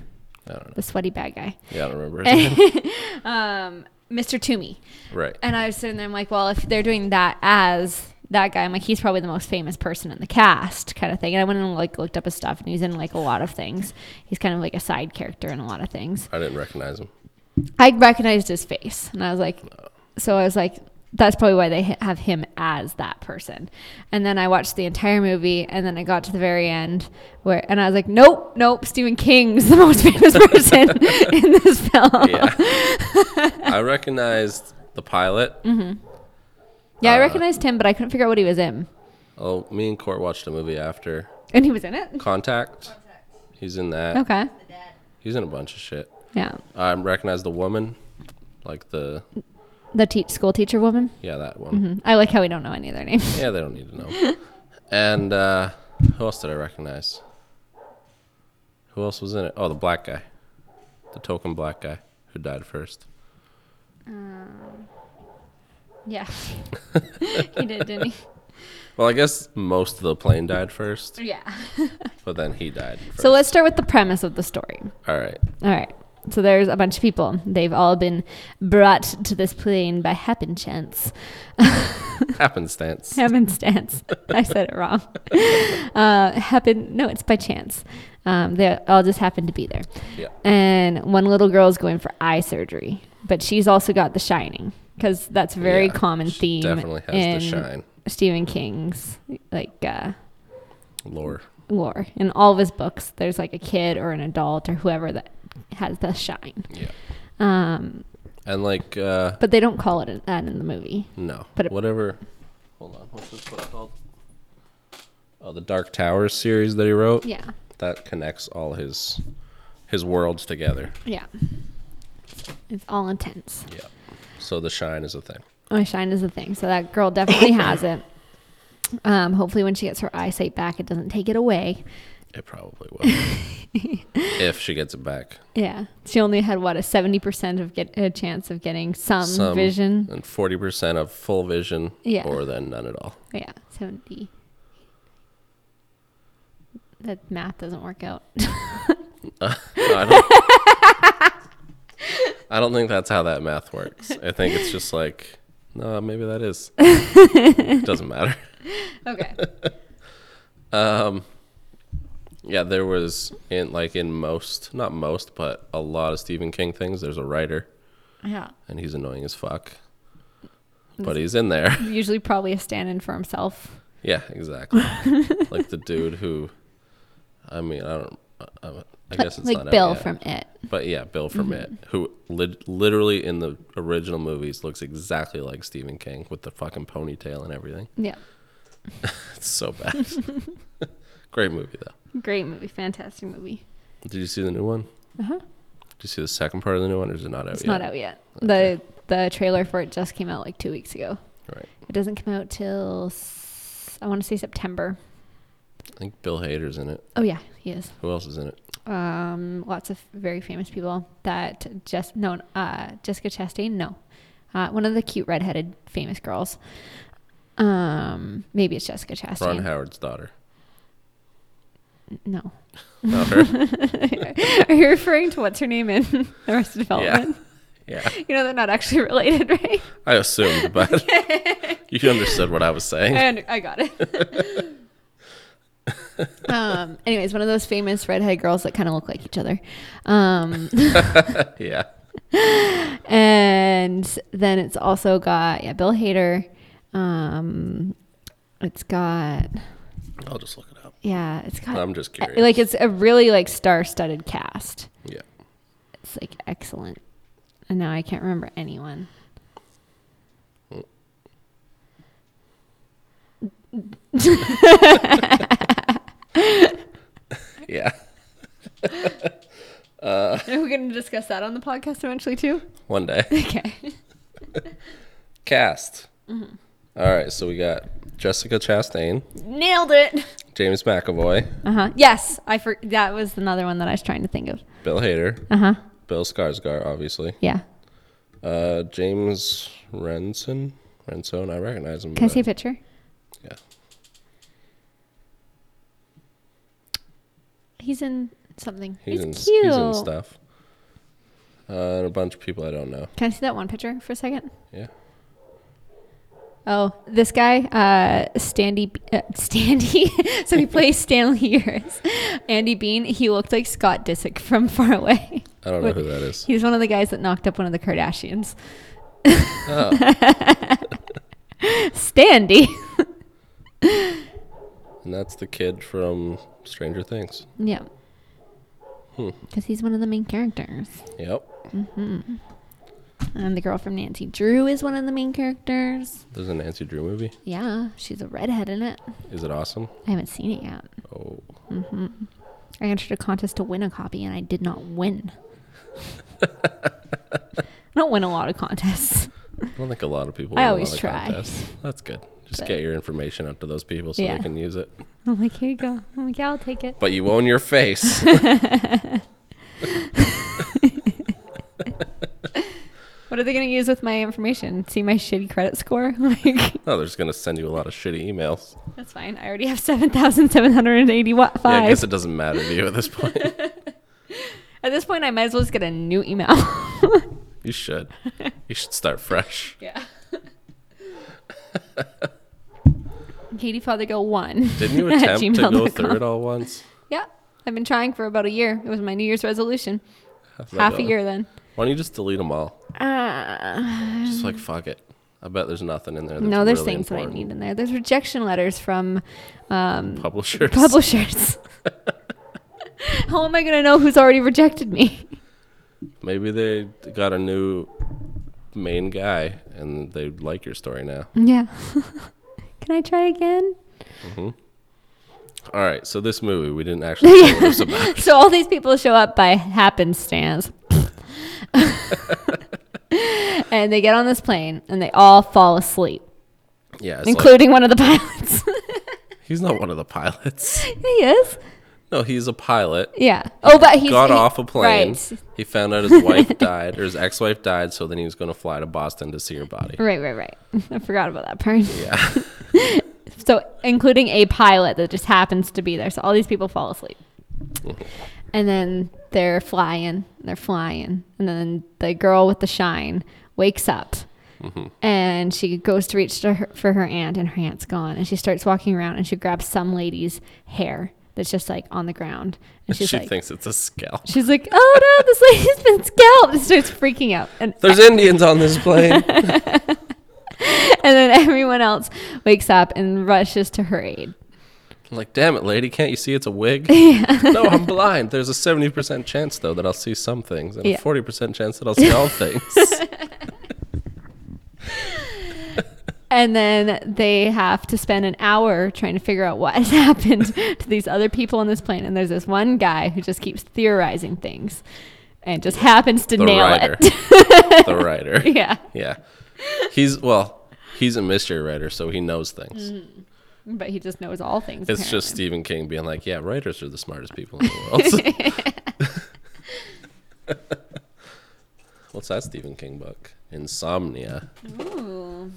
B: I don't know.
A: The sweaty bad guy.
B: Yeah, I don't remember his name.
A: Um Mr. Toomey.
B: Right.
A: And I was sitting there, I'm like, well, if they're doing that as that guy, I'm like, he's probably the most famous person in the cast, kind of thing. And I went and like looked up his stuff, and he's in like a lot of things. He's kind of like a side character in a lot of things.
B: I didn't recognize him.
A: I recognized his face, and I was like, so I was like, that's probably why they ha- have him as that person. And then I watched the entire movie, and then I got to the very end where, and I was like, nope, nope, Stephen King's the most famous person in this film.
B: Yeah. I recognized the pilot.
A: Mm. yeah, I
B: Uh,
A: recognized him, but I couldn't figure out what he was in.
B: Oh, me and Court watched a movie after
A: And he was in it.
B: Contact. He's in that.
A: Okay.
C: The dad.
B: He's in a bunch of shit.
A: Yeah.
B: I recognized um, the woman, like the
A: The teach school teacher woman.
B: yeah that one.
A: Mhm. I like how we don't know any of their names.
B: Yeah, they don't need to know. and uh, who else did I recognize? Who else was in it? Oh, the black guy, the token black guy who died first.
A: Yeah. he did, didn't
B: Well, I guess most of the plane died first,
A: he? Yeah.
B: but then he died. First.
A: So let's start with the premise of the story.
B: all right.
A: All right. So there's a bunch of people. They've all been brought to this plane by happen chance.
B: Happenstance.
A: happenstance. I said it wrong. Uh, happen? No, it's by chance. Um, they all just happened to be there.
B: Yeah.
A: And one little girl's going for eye surgery, but she's also got The Shining because that's a very
B: Yeah,
A: common
B: she
A: theme
B: definitely has The
A: in
B: Shine.
A: Stephen King's like uh,
B: Lore.
A: lore. In all of his books, there's like a kid or an adult or whoever that has The Shine.
B: Yeah.
A: Um,
B: And like, uh,
A: but they don't call it that in the movie.
B: no.
A: But it-
B: Whatever. Hold on. What's this book called? Oh, the Dark Towers series that he wrote.
A: Yeah.
B: That connects all his his worlds together.
A: Yeah. It's all intense.
B: Yeah. So the shine is a thing.
A: Oh, shine is the thing. So that girl definitely has it. Um, hopefully, when she gets her eyesight back, it doesn't take it away.
B: It probably will. if she gets it back.
A: Yeah, she only had what a seventy percent of get a chance of getting some,
B: Some
A: Um, vision.
B: And 40% of full vision
A: Yeah.
B: or then none at all.
A: Yeah, seventy. That math doesn't work out.
B: No, I, don't, I don't think that's how that math works. I think it's just like, no, maybe that is. Doesn't matter.
A: okay.
B: Um, Yeah, there was in like in most, not most, but a lot of Stephen King things, there's a writer
A: Yeah.
B: and he's annoying as fuck. But he's in there.
A: Usually, probably a stand-in for himself.
B: Yeah, exactly. like the dude who, I mean, I don't, I, I guess it's
A: like
B: not out
A: Bill Mm-hmm.
B: yet.
A: from It.
B: but yeah, Bill from it, who lit literally in the original movies looks exactly like Stephen King with the fucking ponytail and everything.
A: Yeah.
B: It's so bad. Great movie though.
A: Great movie, fantastic movie.
B: Did you see the new one?
A: Uh huh.
B: Did you see the second part of the new one, or is it not out
A: It's
B: yet?
A: not out yet. The the trailer for it just came out like two weeks ago.
B: Right.
A: It doesn't come out till s- I want to say September.
B: I think Bill Hader's in it.
A: Oh yeah, he is.
B: Who else is in it?
A: Um, lots of very famous people that just no, uh, Jessica Chastain, no, uh, one of the cute redheaded famous girls. Um, maybe it's Jessica Chastain.
B: Ron Howard's daughter.
A: no,
B: Not her.
A: are you referring to what's her name in Arrested
B: yeah.
A: Development?
B: Yeah.
A: You know they're not actually related, right?
B: I assumed,
A: Uh,
B: but you understood what I was saying.
A: And I got it. um, anyways, one of those famous redhead girls that kind of look like each other. Um,
B: yeah.
A: and then it's also got yeah Bill Hader. Um, it's got
B: I'll just look it up.
A: yeah, it's got
B: I'm just curious.
A: like it's a really like star-studded cast.
B: Yeah.
A: It's like excellent. And now I can't remember anyone.
B: Yeah.
A: Are we going to discuss that on the podcast eventually too?
B: One day.
A: Okay.
B: Cast.
A: Mm-hmm.
B: All right. So we got Jessica Chastain,
A: Nailed it.
B: James McAvoy,
A: Uh-huh. Yes, I for- that was another one that I was trying to think of.
B: Bill Hader,
A: Uh-huh.
B: Bill Skarsgård, obviously.
A: Yeah.
B: Uh, James Renson. Renson. I recognize him.
A: Can I
B: but-
A: see a picture?
B: Yeah.
A: He's in something. He's,
B: He's, in,
A: cute.
B: he's in stuff. Uh, and a bunch of people I don't know.
A: Can I see that one picture for a second?
B: Yeah.
A: Oh, this guy, uh, Standy, uh, Standy. so he plays Stanley Years. Andy Bean. He looked like Scott Disick from Far Away.
B: I don't know who that is.
A: He's one of the guys that knocked up one of the Kardashians.
B: Oh,
A: Standy.
B: and that's the kid from Stranger Things.
A: yeah.
B: Hmm.
A: Because he's one of the main characters.
B: Yep.
A: And the girl from Nancy Drew is one of the main characters.
B: There's a Nancy Drew movie.
A: Yeah, she's a redhead in it.
B: Is it awesome?
A: I haven't seen it yet.
B: Oh,
A: I entered a contest to win a copy and I did not win. I don't win a lot of contests.
B: I don't think a lot of people.
A: I
B: win a
A: always
B: lot of
A: try.
B: contests. That's good. Just get your information out to those people so
A: Yeah.
B: they can use it.
A: I'm like, here you go. I'm like, yeah, I'll take it.
B: But you own your face.
A: What are they going to use with my information? See my shitty credit score? Like,
B: oh, they're just gonna send you a lot of shitty emails.
A: that's fine. I already have 7,785.
B: Yeah, I guess it doesn't matter to you at this point.
A: At this point, I might as well just get a new email.
B: you should. You should start fresh.
A: yeah. Katie Fothergill one.
B: Didn't you
A: at
B: attempt to go
A: gmail.com.
B: through it all once?
A: Yeah, I've been trying for about a year. It was my New Year's resolution.
B: How's that
A: Half a
B: going?
A: year then.
B: Why don't you just delete them all?
A: Uh,
B: Just like fuck it. I bet there's nothing in there. That's
A: no, there's
B: really
A: things that I
B: important.
A: need in there. There's rejection letters from um,
B: Publishers.
A: publishers. How am I going to know who's already rejected me?
B: Maybe they got a new main guy and they like your story now.
A: Yeah. Can I try again?
B: All right, so this movie we didn't actually know what it was about.
A: So all these people show up by happenstance. and they get on this plane and they all fall asleep,
B: Yeah, it's like,
A: including one of the pilots.
B: he's not one of the pilots.
A: he is.
B: No, he's a pilot.
A: Yeah. Oh, but he's
B: got
A: he-
B: off a plane.
A: Right.
B: He found out his wife died, or his ex-wife died, so then he was going to fly to Boston to see her body.
A: Right, right, right. I forgot about that part.
B: Yeah,
A: So, including a pilot that just happens to be there. So, all these people fall asleep. And then they're flying, they're flying. And then the girl with the shine wakes up
B: Mm-hmm.
A: and she goes to reach to her, for her aunt, and her aunt's gone. And she starts walking around and she grabs some lady's hair that's just like on the ground. And she's
B: she
A: like,
B: thinks it's a scalp.
A: She's like, oh no, this lady's been scalped. And starts freaking out. And
B: There's Indians on this plane.
A: and then everyone else wakes up and rushes to her aid.
B: like, damn it, lady, can't you see it's a wig? no, I'm blind. There's a 70% chance though that I'll see some things, and
A: Yeah.
B: a 40% chance that I'll see all things.
A: And then they have to spend an hour trying to figure out what has happened to these other people on this plane. And there's this one guy who just keeps theorizing things and just happens to
B: The
A: nail
B: writer.
A: it.
B: the writer.
A: yeah.
B: Yeah. He's well, he's a mystery writer, so he knows things.
A: But he just knows all things. Mm,
B: It's just
A: apparently.
B: Stephen King being like, Yeah, writers are the smartest people in the world. What's that Stephen King book? Insomnia.
A: Ooh.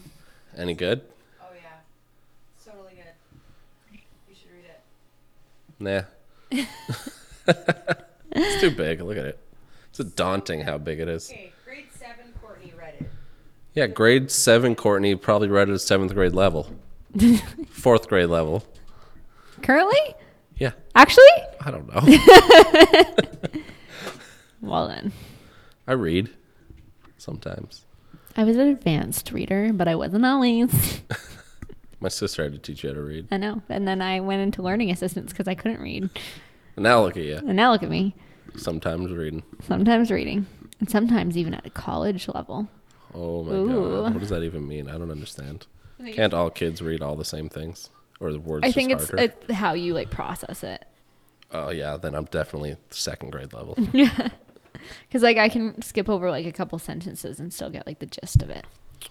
B: Any good?
C: Oh yeah, it's totally good. You should read it.
B: Nah. it's too big. Look at it. It's daunting how big it is.
C: Okay, grade seven. Courtney read it.
B: Yeah, grade seven, Courtney probably read it at seventh grade level, fourth grade level.
A: Currently?
B: Yeah,
A: Actually,
B: I don't know.
A: well then,
B: I read sometimes.
A: I was an advanced reader, but I wasn't always.
B: My sister had to teach you how to read.
A: I know. And then I went into learning assistance because I couldn't read.
B: And now look at you.
A: And now look at me.
B: Sometimes reading.
A: Sometimes reading, and sometimes even at a college level.
B: Oh my
A: Ooh.
B: god. What does that even mean? I don't understand. Can't all kids read all the same things? Or the words
A: I
B: just
A: think it's,
B: harder?
A: it's how you like process it.
B: oh yeah, then I'm definitely second grade level.
A: Because like I can skip over like a couple sentences and still get like the gist of it.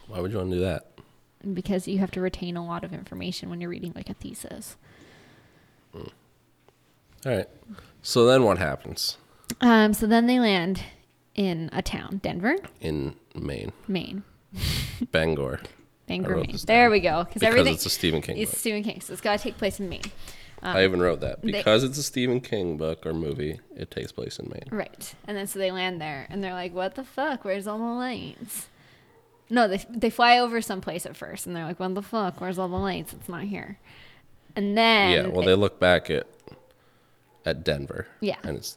B: Why would you want to do that?
A: Because you have to retain a lot of information when you're reading like a thesis.
B: All right. So then what happens
A: Um, so then they land in a town, Denver,
B: in Maine?
A: Maine,
B: Bangor.
A: Bangor,
B: wrote
A: Maine.
B: this
A: There
B: down.
A: we go. Because
B: Because
A: everything
B: it's a Stephen King
A: is
B: book.
A: Stephen King, so it's got to take place in Maine.
B: I even wrote that.
A: Uh, they-
B: Because it's a Stephen King book or movie, it takes place in Maine.
A: Right. And then so they land there and they're like, what the fuck? Where's all the lights? No, they, they fly over someplace at first and they're like, what the fuck? Where's all the lights? It's not here. And then.
B: yeah, well they look back at at Denver.
A: Yeah.
B: And it's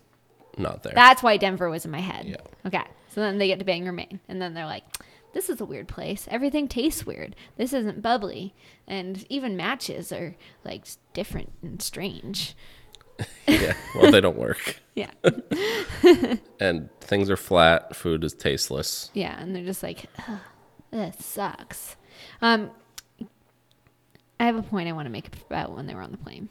B: not there.
A: That's why Denver was in my head.
B: Yeah.
A: Okay. So then they get to Bangor, Maine. And then they're like, this is a weird place. Everything tastes weird. This isn't bubbly. And even matches are like s- different and strange.
B: yeah. Well they don't work.
A: Yeah.
B: And things are flat, food is tasteless.
A: yeah. And they're just like, "Ugh, this sucks. Um, I have a point I want to make about when they were on the plane.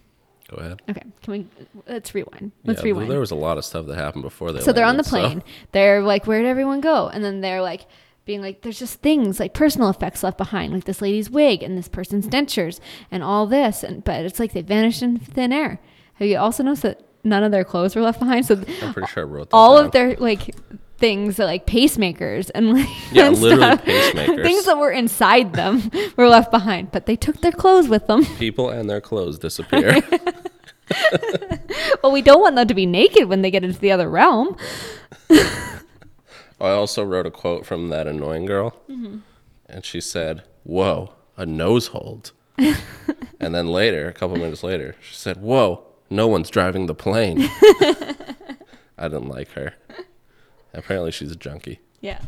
B: Go ahead.
A: Okay. Can we? Let's rewind. Let's
B: yeah, th-
A: rewind.
B: There was a lot of stuff that happened before they.
A: so they're on the plane.
B: landed, so-
A: They're like, where'd everyone go? And then they're like, being like, there's just things like personal effects left behind, like this lady's wig and this person's dentures and all this. And but it's like they vanished in thin air. Have you also noticed that none of their clothes were left behind? So
B: I'm pretty sure I wrote that
A: all of
B: down.
A: their like things are like pacemakers and like
B: Yeah,
A: and
B: literally
A: stuff.
B: pacemakers.
A: things that were inside them were left behind, but they took their clothes with them.
B: people and their clothes disappear.
A: Well, we don't want them to be naked when they get into the other realm.
B: I also wrote a quote from that annoying girl, and she said, "Whoa, a nose hold." and then later, a couple minutes later, she said, "Whoa, no one's driving the plane." I didn't like her. Apparently, she's a junkie.
A: Yeah.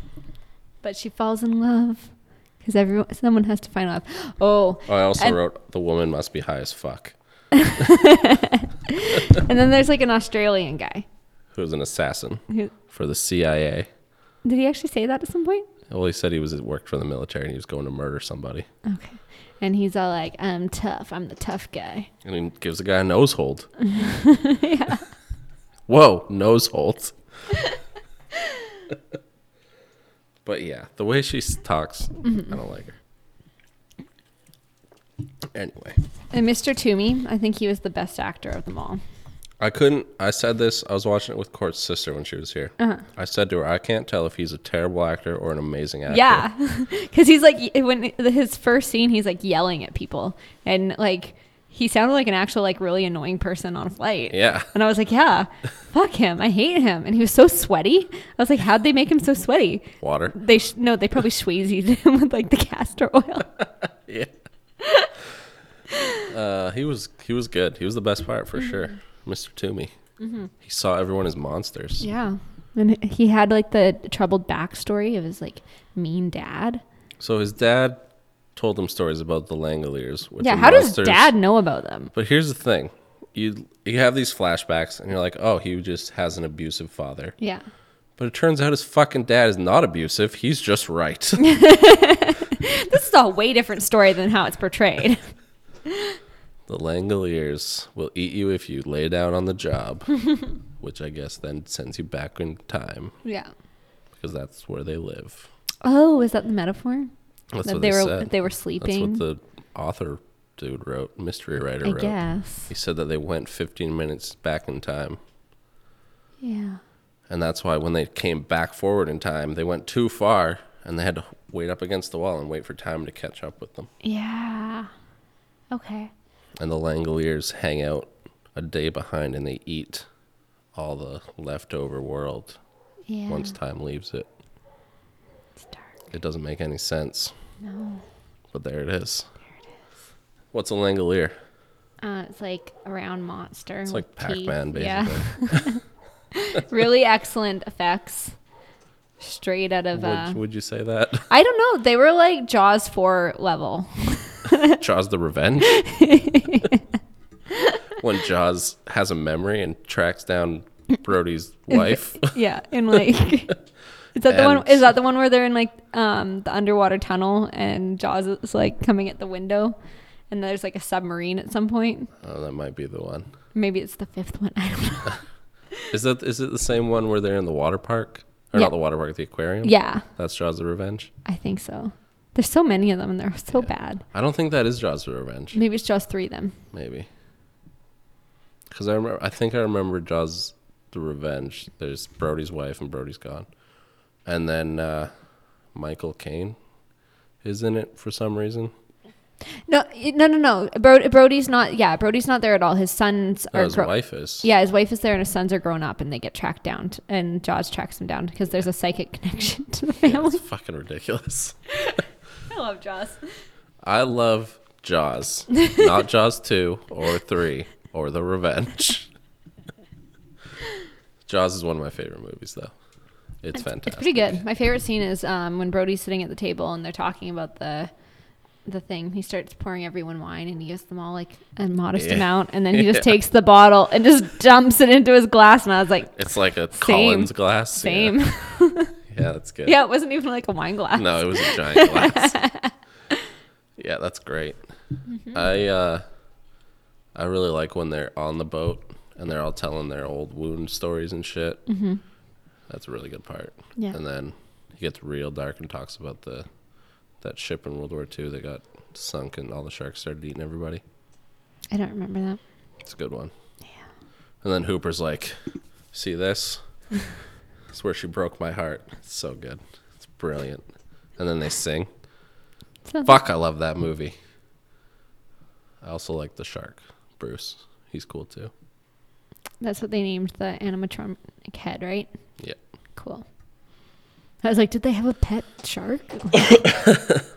A: But she falls in love because everyone, someone has to find love. Oh,
B: I also
A: And-
B: wrote, "The woman must be high as fuck."
A: and then there's like an Australian guy.
B: Who's an assassin
A: Who,
B: for the CIA?
A: did he actually say that at some point?
B: Well, he said he was worked for the military and he was going to murder somebody.
A: Okay. And he's all like, "I'm tough. I'm the tough guy."
B: And he gives a guy a nose hold. Whoa, nose hold. but yeah, the way she s- talks, I don't like her. Anyway,
A: And Mr. Toomey, I think he was the best actor of them all.
B: I couldn't. I said this. I was watching it with Court's sister when she was here. I said to her, I can't tell if he's a terrible actor or an amazing actor.
A: Yeah, because he's like when his first scene, he's like yelling at people, and like he sounded like an actual like really annoying person on a flight.
B: Yeah.
A: and I was like, yeah, fuck him, I hate him, and he was so sweaty. I was like, how'd they make him so sweaty?
B: Water.
A: They sh- no, they probably Swayze'd him with like the castor oil.
B: Yeah. uh, he was he was good. He was the best part for sure, Mr. Toomey. He saw everyone as monsters.
A: Yeah, and he had like the troubled backstory of his like mean dad.
B: So his dad told them stories about the Langoliers. Which
A: Yeah,
B: are
A: how does
B: monsters.
A: dad know about them?
B: But here's the thing: you you have these flashbacks, and you're like, oh, he just has an abusive father.
A: Yeah,
B: But it turns out his fucking dad is not abusive. He's just right.
A: this is a way different story than how it's portrayed.
B: the Langoliers will eat you if you lay down on the job, which I guess then sends you back in time
A: yeah.
B: because that's where they live.
A: Oh, is that the metaphor?
B: That's
A: That
B: what
A: they
B: they,
A: were-
B: said.
A: they were sleeping?
B: That's what the author dude wrote, mystery writer
A: I
B: wrote.
A: guess.
B: He said that they went 15 minutes back in time.
A: Yeah.
B: And that's why when they came back forward in time, they went too far and they had to wait up against the wall and wait for time to catch up with them.
A: Yeah. Okay.
B: And the Langoliers hang out a day behind and they eat all the leftover world
A: Yeah.
B: once time leaves it.
A: Mm-hmm. It's dark.
B: It doesn't make any sense,
A: No.
B: but there it is. What's a Langolier?
A: Uh, it's like a round monster.
B: It's like
A: with teeth.
B: Pac-Man, basically.
A: Yeah. really excellent effects. Straight out of. Uh,
B: Would, would you say that?
A: I don't know. They were like Jaws 4 level.
B: Jaws the Revenge? when Jaws has a memory and tracks down Brody's wife.
A: yeah. And like. Is that the one?
B: And-
A: Is that the one where they're in like um, the underwater tunnel and Jaws is like coming at the window, and there's like a submarine at some point?
B: oh, that might be the one.
A: Maybe it's the fifth one. I don't know.
B: Is that is it the same one where they're in the water park? Or
A: Yeah.
B: not the water park, the aquarium?
A: yeah,
B: That's Jaws the Revenge.
A: I think so. There's so many of them, and they're so bad.
B: I don't think that is Jaws the Revenge.
A: Maybe it's Jaws three of them.
B: Maybe. Because I remember, I think I remember Jaws the Revenge. There's Brody's wife and Brody's gone, and then uh, Michael Caine is in it for some reason.
A: No, y- no, no, no. Bro- Brody's not. Yeah, Brody's not there at all. His sons
B: No,
A: are.
B: Oh, his
A: gro-
B: wife is.
A: Yeah, his wife is there, and his sons are grown up, and they get tracked down, t- and Jaws tracks them down because there's a psychic connection to the
B: It's
A: family.
B: fucking ridiculous.
A: I love Jaws.
B: I love Jaws, not Jaws two or three or the Revenge. Jaws is one of my favorite movies, though. It's fantastic.
A: It's pretty good. My favorite scene is um, when Brody's sitting at the table and they're talking about the the thing. He starts pouring everyone wine and he gives them all like a modest
B: Yeah.
A: amount, and then he just
B: Yeah.
A: takes the bottle and just dumps it into his glass. And I was like,
B: It's like a
A: Same.
B: Collins glass. yeah.
A: same. Yeah,
B: Yeah, that's good.
A: it wasn't even like a wine glass.
B: No, it was a giant glass. yeah, that's great. I uh, I really like when they're on the boat and they're all telling their old wound stories and shit. Mm-hmm. That's a really good part.
A: Yeah.
B: And then he gets real dark and talks about the that ship in World War II that got sunk and all the sharks started eating everybody.
A: I don't remember that.
B: It's a good one. Yeah. And then Hooper's like, "See this? It's where she broke my heart. It's so good. It's brilliant." And then they sing.
A: Sounds-
B: Fuck, I love that movie. I also like the shark, Bruce. He's cool too.
A: That's what they named the animatronic head, right?
B: Yeah.
A: Cool. I was like, did they have a pet shark?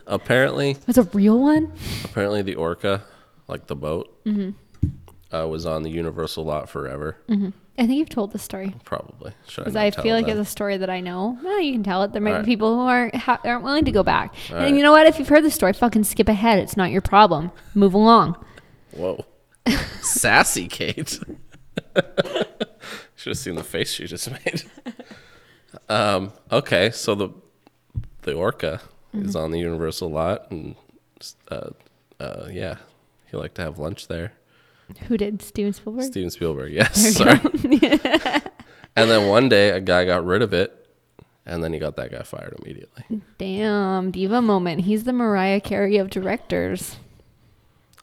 B: Apparently,
A: was a real one?
B: apparently the orca, like the boat,
A: Mm-hmm.
B: uh, was on the Universal lot forever.
A: I think you've told the story.
B: Probably. Should
A: Mm. Because
B: not
A: I
B: tell
A: feel like
B: that?
A: it's a story that I know. Well, you can tell it. There might
B: Alright.
A: be people who aren't ha- aren't willing to go back. and
B: Alright.
A: you know what? If you've heard the story, fucking skip ahead. It's not your problem. Move along.
B: Whoa. Sassy Kate. Should have seen the face she just made. Um, okay, so the the orca is
A: Mm-hmm.
B: on the Universal lot, and uh, uh, yeah, he liked to have lunch there.
A: Who did Steven Spielberg?
B: Steven Spielberg, yes, sorry. and then one day, a guy got rid of it, and then he got that guy fired immediately.
A: Damn, diva moment. He's the Mariah Carey of directors.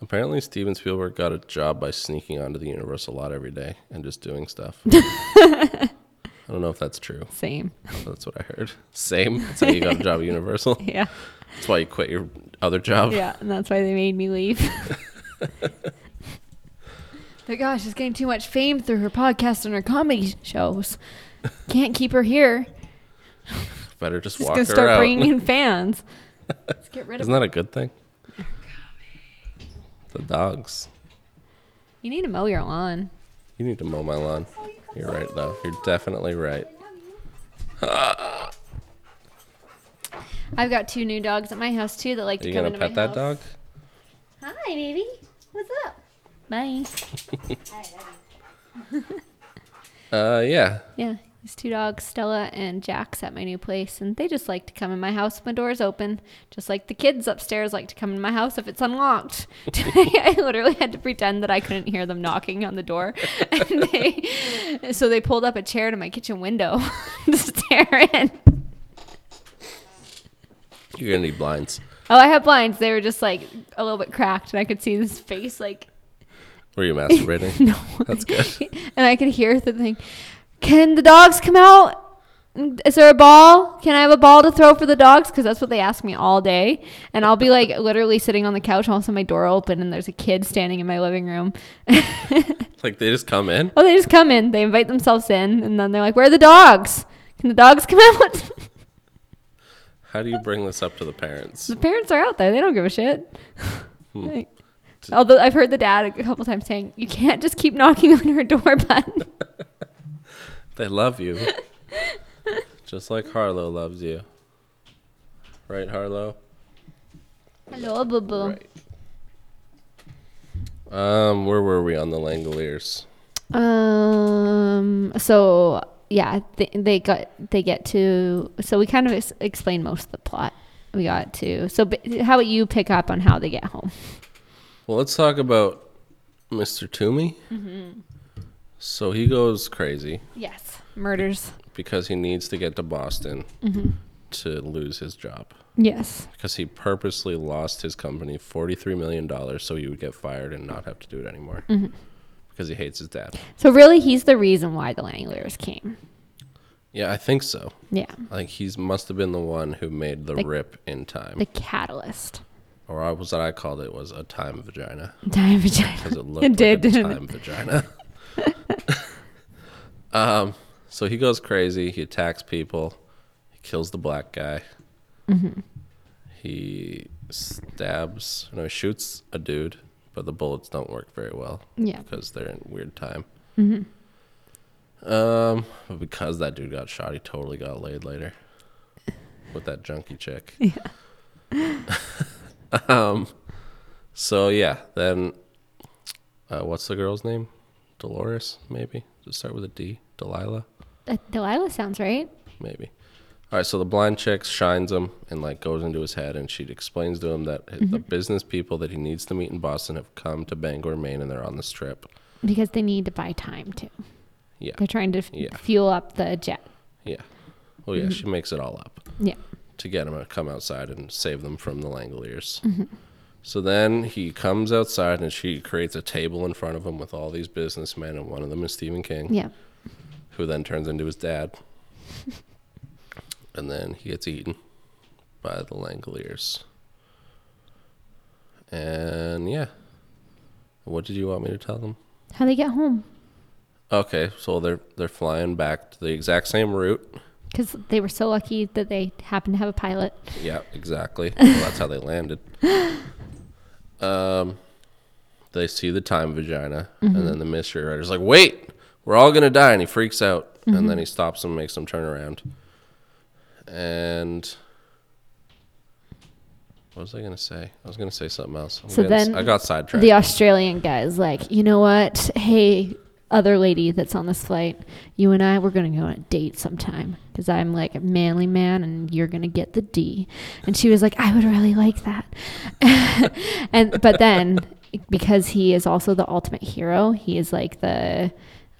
B: Apparently, Steven Spielberg got a job by sneaking onto the Universal lot every day and just doing stuff. I don't know if that's true.
A: Same.
B: That's what I heard. Same. That's how you got a job at Universal.
A: Yeah.
B: That's why you quit your other job.
A: Yeah, and that's why they made me leave. but gosh, she's getting too much fame through her podcast and her comedy shows. Can't keep her here.
B: Better just
A: She's
B: walk
A: gonna
B: her
A: start
B: out.
A: bringing in fans. Let's get rid of.
B: Isn't that a good thing?
A: Oh,
B: The dogs.
A: you need to mow your lawn.
B: You need to mow my lawn. You're right, though. You're definitely right.
A: I've got two new dogs at my house too that like
B: Are you
A: to come
B: going
A: into
B: to pet
A: my
B: that
A: house.
B: dog?
A: Hi, baby. What's up? Bye.
B: Uh, yeah.
A: Yeah, these two dogs, Stella and Jax, at my new place, and they just like to come in my house when the door's open. Just like the kids upstairs like to come in my house if it's unlocked. Today, I literally had to pretend that I couldn't hear them knocking on the door, and they, so they pulled up a chair to my kitchen window to stare in.
B: You're going to need blinds.
A: Oh, I have blinds. They were just like a little bit cracked, and I could see this face like
B: Were you masturbating?
A: No.
B: That's good.
A: and I could hear the thing. Can the dogs come out? Is there a ball? Can I have a ball to throw for the dogs? Because that's what they ask me all day. And I'll be like literally sitting on the couch, and all of a sudden my door open, and there's a kid standing in my living room. oh,
B: like, they just come in?
A: they just come in, they invite themselves in, and then they're like, "Where are the dogs? Can the dogs come out?"
B: How do you bring this up to the parents? Hmm.
A: the parents are out there; they don't give a shit. Like, Although I've heard the dad a couple times saying, "You can't just keep knocking on her door, bud."
B: They love you. Just like Harlow loves you. Right, Harlow?
A: Hello, boo boo.
B: Right. Um, where were we on the Langoliers?
A: Um. So yeah, they, they got they get to. So we kind of ex- explained most of the plot. We got to. So b- how about you pick up on how they get home?
B: Well, let's talk about Mr. Toomey. So he goes crazy
A: Yes, murders.
B: because he needs to get to Boston to lose his job.
A: Yes.
B: Because he purposely lost his company $43 million so he would get fired and not have to do it anymore.
A: Mm-hmm.
B: Because he hates his dad.
A: So really, he's the reason why the Langlers came.
B: Yeah, I think so.
A: Yeah,
B: Like he's must have been the one who made the
A: Like-
B: rip in time,
A: the catalyst.
B: or I was what I called it was a time vagina
A: Time vagina.
B: because it looked
A: did,
B: like a
A: didn't it?
B: time vagina. um, so he goes crazy. He attacks people. He kills the black guy.
A: Mm-hmm.
B: He stabs, no, he shoots a dude, but the bullets don't work very well
A: Yeah.
B: because they're in weird time. Um, but because that dude got shot, he totally got laid later with that junkie chick. Yeah. um. So yeah, then uh, what's the girl's name? Dolores, maybe. Just start with a D. Delilah,
A: Uh, Delilah sounds right.
B: maybe. All right. So the blind chick shines him and like goes into his head, and she explains to him that hi- the business people that he needs to meet in Boston have come to Bangor, Maine, and they're on this trip.
A: Because they need to buy time too.
B: Yeah.
A: They're trying to f-
B: Yeah.
A: fuel up the jet.
B: Yeah. Well, yeah, she makes it all up
A: Yeah.
B: to get him to come outside and save them from the Langoliers. So then he comes outside and she creates a table in front of him with all these businessmen, and one of them is Stephen King,
A: Yeah.
B: who then turns into his dad. and then he gets eaten by the Langoliers. And yeah. What did you want me to tell them?
A: How they get home?
B: Okay, so they're they're flying back to the exact same route.
A: Because they were so lucky that they happened to have a pilot.
B: Yeah, exactly. Well, that's how they landed. Um, they see the time vagina,
A: Mm-hmm.
B: and then the mystery writer's like, "Wait, we're all gonna die," and he freaks out, and
A: Mm-hmm.
B: then he stops them, makes them turn around, and what was I gonna say? I was gonna say something else. I'm
A: So
B: getting s-
A: then
B: I got sidetracked.
A: The Australian guy's like, you know what? Hey, other lady that's on this flight, you and I, we're going to go on a date sometime. Because I'm like a manly man and you're going to get the D. And she was like, I would really like that. and But then, because he is also the ultimate hero, he is like the.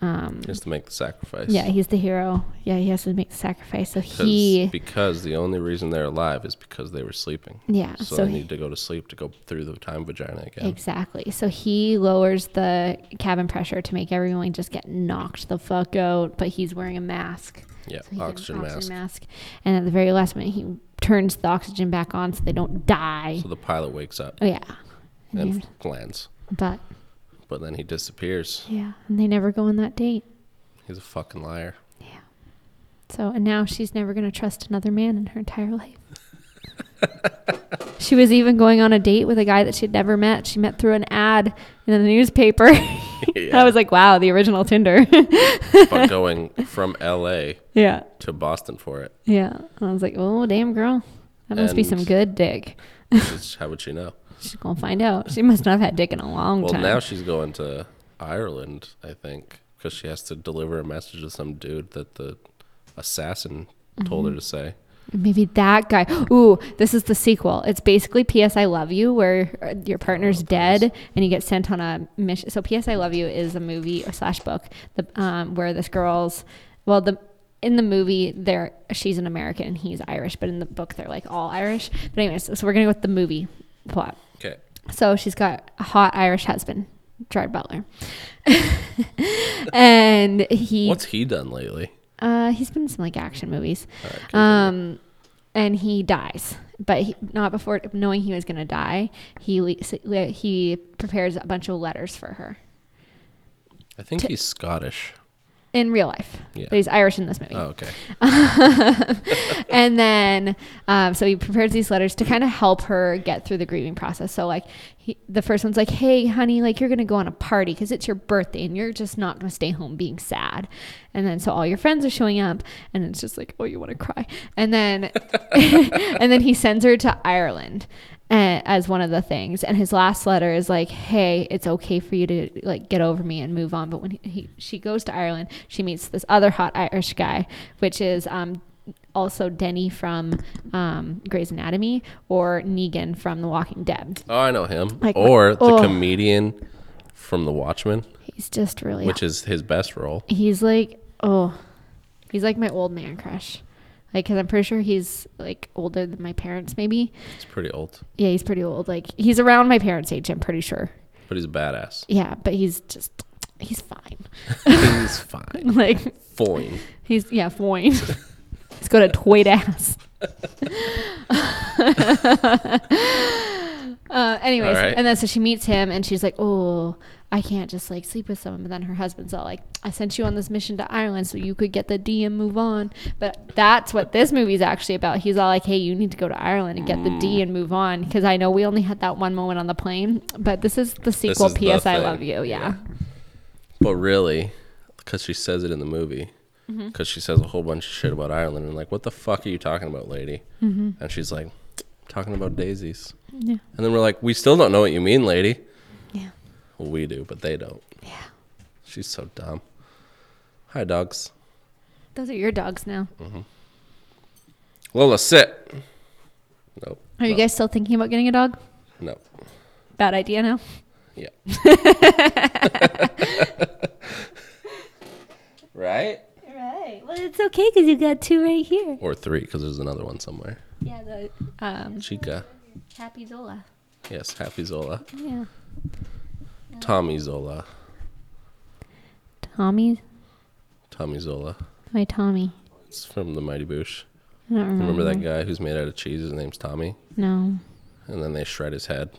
A: Um,
B: Just to make the sacrifice.
A: yeah, he's the hero. Yeah, he has to make the sacrifice. So
B: 'Cause-
A: he.
B: because the only reason they're alive is because they were sleeping.
A: Yeah,
B: So,
A: so
B: they
A: he-
B: need to go to sleep to go through the time vagina again.
A: Exactly. So he lowers the cabin pressure to make everyone just get knocked the fuck out, but he's wearing a mask.
B: Yeah,
A: So he's in
B: oxygen mask.
A: And at the very last minute, he turns the oxygen back on so they don't die.
B: So the pilot wakes up
A: oh, yeah. And
B: and
A: he-
B: lands,
A: but,
B: but then he disappears.
A: yeah. And they never go on that date.
B: He's a fucking liar.
A: So, and now she's never going to trust another man in her entire life. she was even going on a date with a guy that she'd never met. She met through an ad in the newspaper. I was like, wow, the original Tinder.
B: But going from L.A.
A: yeah.
B: to Boston for it,
A: Yeah. And I was like, oh, damn, girl. That must be some
B: And-
A: good dick.
B: Just how would she know?
A: She's going to find out. She must not have had dick in a long
B: Well,
A: time.
B: now she's going to Ireland, I think, because she has to deliver a message to some dude that the assassin told her
A: Mm-hmm.
B: to say.
A: Maybe that guy. Ooh, this is the sequel. It's basically P.S. I Love You, where uh, your
B: Oh,
A: partner's dead and you get sent on a mission. So P.S. I Love You is a movie slash book the, um, where this girl's, well, the in the movie they're she's an American and he's Irish, but in the book they're like all Irish. But anyways, so, so we're gonna go with the movie plot.
B: Okay.
A: So she's got a hot Irish husband, Gerard Butler, and he
B: What's he done lately?
A: uh, he's been in some like action movies,
B: Alright, continue.
A: um, and he dies, but he, not before knowing he was gonna die. He le- s- le- he prepares a bunch of letters for her
B: I think he's Scottish.
A: in real life.
B: Yeah.
A: But he's Irish in this movie.
B: Oh, okay.
A: and then um, so he prepares these letters to kind of help her get through the grieving process so like he, the first one's like hey honey like you're gonna go on a party because it's your birthday and you're just not gonna stay home being sad and then so all your friends are showing up and it's just like oh you want to cry and then and then he sends her to ireland uh, as one of the things and his last letter is like hey it's okay for you to like get over me and move on but when he, he she goes to ireland she meets this other hot irish guy which is um also Denny from um, Grey's Anatomy or Negan from The Walking Dead.
B: Oh, I know him.
A: Like,
B: or the
A: oh.
B: comedian from The Watchmen,
A: He's just really.
B: which is his best role.
A: he's like oh, he's like my old man crush. Like, cause I'm pretty sure he's like older than my parents, maybe.
B: He's pretty old,
A: Yeah, he's pretty old. Like, he's around my parents' age. I'm pretty sure.
B: but he's a badass.
A: Yeah, but he's just he's fine.
B: he's fine.
A: Like,
B: Fine.
A: he's yeah, fine. he's got a toyed ass. Uh, anyways,
B: All right.
A: and then so she meets him, and she's like, "Oh, I can't just like sleep with someone." But then her husband's all like, "I sent you on this mission to Ireland so you could get the D and move on." But that's what this movie's actually about. He's all like, "Hey, you need to go to Ireland and get the D
B: Mm.
A: and move on," because I know we only had that one moment on the plane, but this is the sequel.
B: is the
A: P.S. I
B: thing.
A: love you. Yeah.
B: But really, because she says it in the movie,
A: Mm-hmm.
B: because she says a whole bunch of shit about Ireland, and like, what the fuck are you talking about, lady? And she's like, talking about daisies.
A: Mm-hmm. Yeah.
B: And then we're like, we still don't know what you mean, lady.
A: Yeah.
B: Well, we do, but they don't.
A: Yeah.
B: She's so dumb. Hi, dogs.
A: Those are your dogs now.
B: Lola, sit. Nope.
A: Are you
B: No.
A: guys still thinking about getting a dog?
B: No.
A: Bad idea now.
B: Yeah. right?
A: Right. Well, it's okay because you got two right here.
B: Or three, because there's another one somewhere.
A: Yeah. The um,
B: Chica.
A: Happy Zola.
B: Yes, Happy Zola.
A: Yeah.
B: Tommy Zola.
A: Tommy.
B: Tommy Zola.
A: My Tommy.
B: It's from the Mighty Boosh.
A: I don't remember.
B: Remember that guy who's made out of cheese? His name's Tommy.
A: No,
B: And then they shred his head.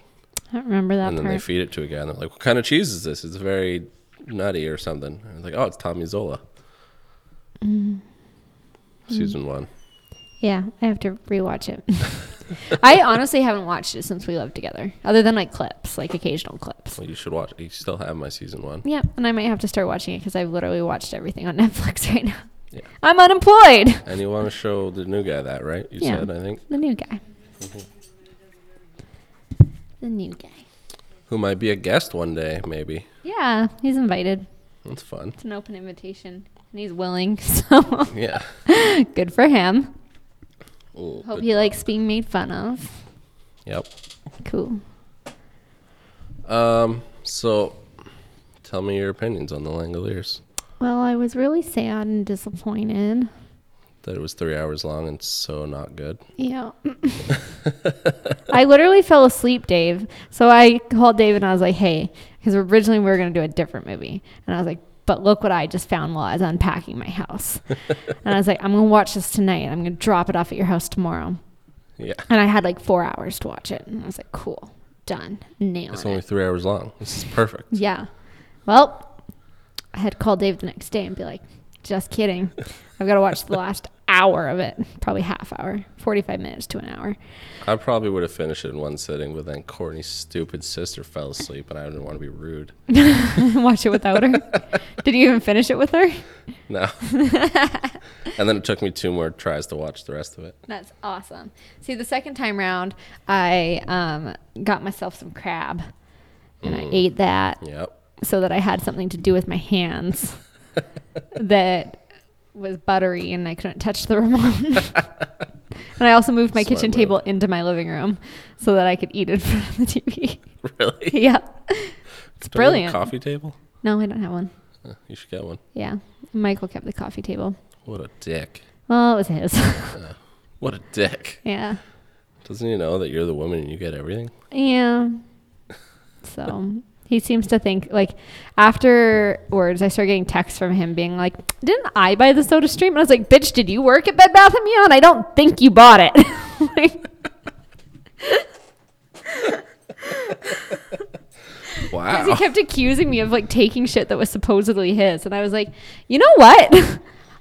A: I don't remember that
B: and then they
A: part.
B: feed it to a guy, and they're like, "What kind of cheese is this? It's very nutty or something." And it's like, "Oh, it's Tommy Zola."
A: Mm-hmm.
B: Season one.
A: yeah, I have to rewatch it. I honestly haven't watched it since we lived together, other than like clips, like occasional clips.
B: Well, you should watch. You still have my season one.
A: Yeah, and I might have to start watching it because I've literally watched everything on Netflix right now.
B: Yeah.
A: I'm unemployed.
B: And you want to show the new guy that, right? You
A: Yeah.
B: said, I think,
A: The new guy.
B: Mm-hmm.
A: The new guy.
B: who might be a guest one day, maybe.
A: Yeah, he's invited.
B: That's fun.
A: It's an open invitation, and he's willing. So
B: Yeah.
A: good for him.
B: Ooh,
A: Hope
B: good-
A: he likes being made fun of.
B: Yep.
A: Cool.
B: Um. So, tell me your opinions on the Langoliers.
A: Well, I was really sad and disappointed.
B: That it was three hours long and so not good.
A: Yeah. I literally fell asleep, Dave. So I called Dave and I was like, hey, because originally we were going to do a different movie. And I was like, but look what I just found while I was unpacking my house. and I was like, I'm going to watch this tonight. I'm going to drop it off at your house tomorrow.
B: Yeah.
A: And I had like four hours to watch it. And I was like, cool, done, nailed
B: It's
A: it.
B: only three hours long. This is perfect.
A: Yeah. Well, I had to call Dave the next day and be like, just kidding. I've got to watch the last hour of it, probably half hour, 45 minutes to an hour.
B: I probably would have finished it in one sitting, but then Courtney's stupid sister fell asleep, and I didn't want to be rude.
A: watch it without her. Did you even finish it with her?
B: No. and then it took me two more tries to watch the rest of it.
A: That's awesome. See, the second time round, I um, got myself some crab and I ate that
B: Yep.
A: so that I had something to do with my hands that was buttery and I couldn't touch the remote. and I also moved my
B: Smart
A: kitchen
B: move.
A: table into my living room so that I could eat in front of the TV.
B: Really?
A: yeah. It's
B: Do we have a
A: brilliant.
B: coffee table?
A: No, I don't have one.
B: Uh, You should get one.
A: Yeah. Michael kept the coffee table.
B: What a dick.
A: Well, it was his.
B: What a dick.
A: yeah.
B: Doesn't he know that you're the woman and you get everything?
A: Yeah. So he seems to think like afterwards I started getting texts from him being like, Didn't I buy the soda stream? And I was like, Bitch, did you work at Bed Bath and Beyond? I don't think you bought it. like,
B: Wow.
A: he kept accusing me of like taking shit that was supposedly his. And I was like, you know what?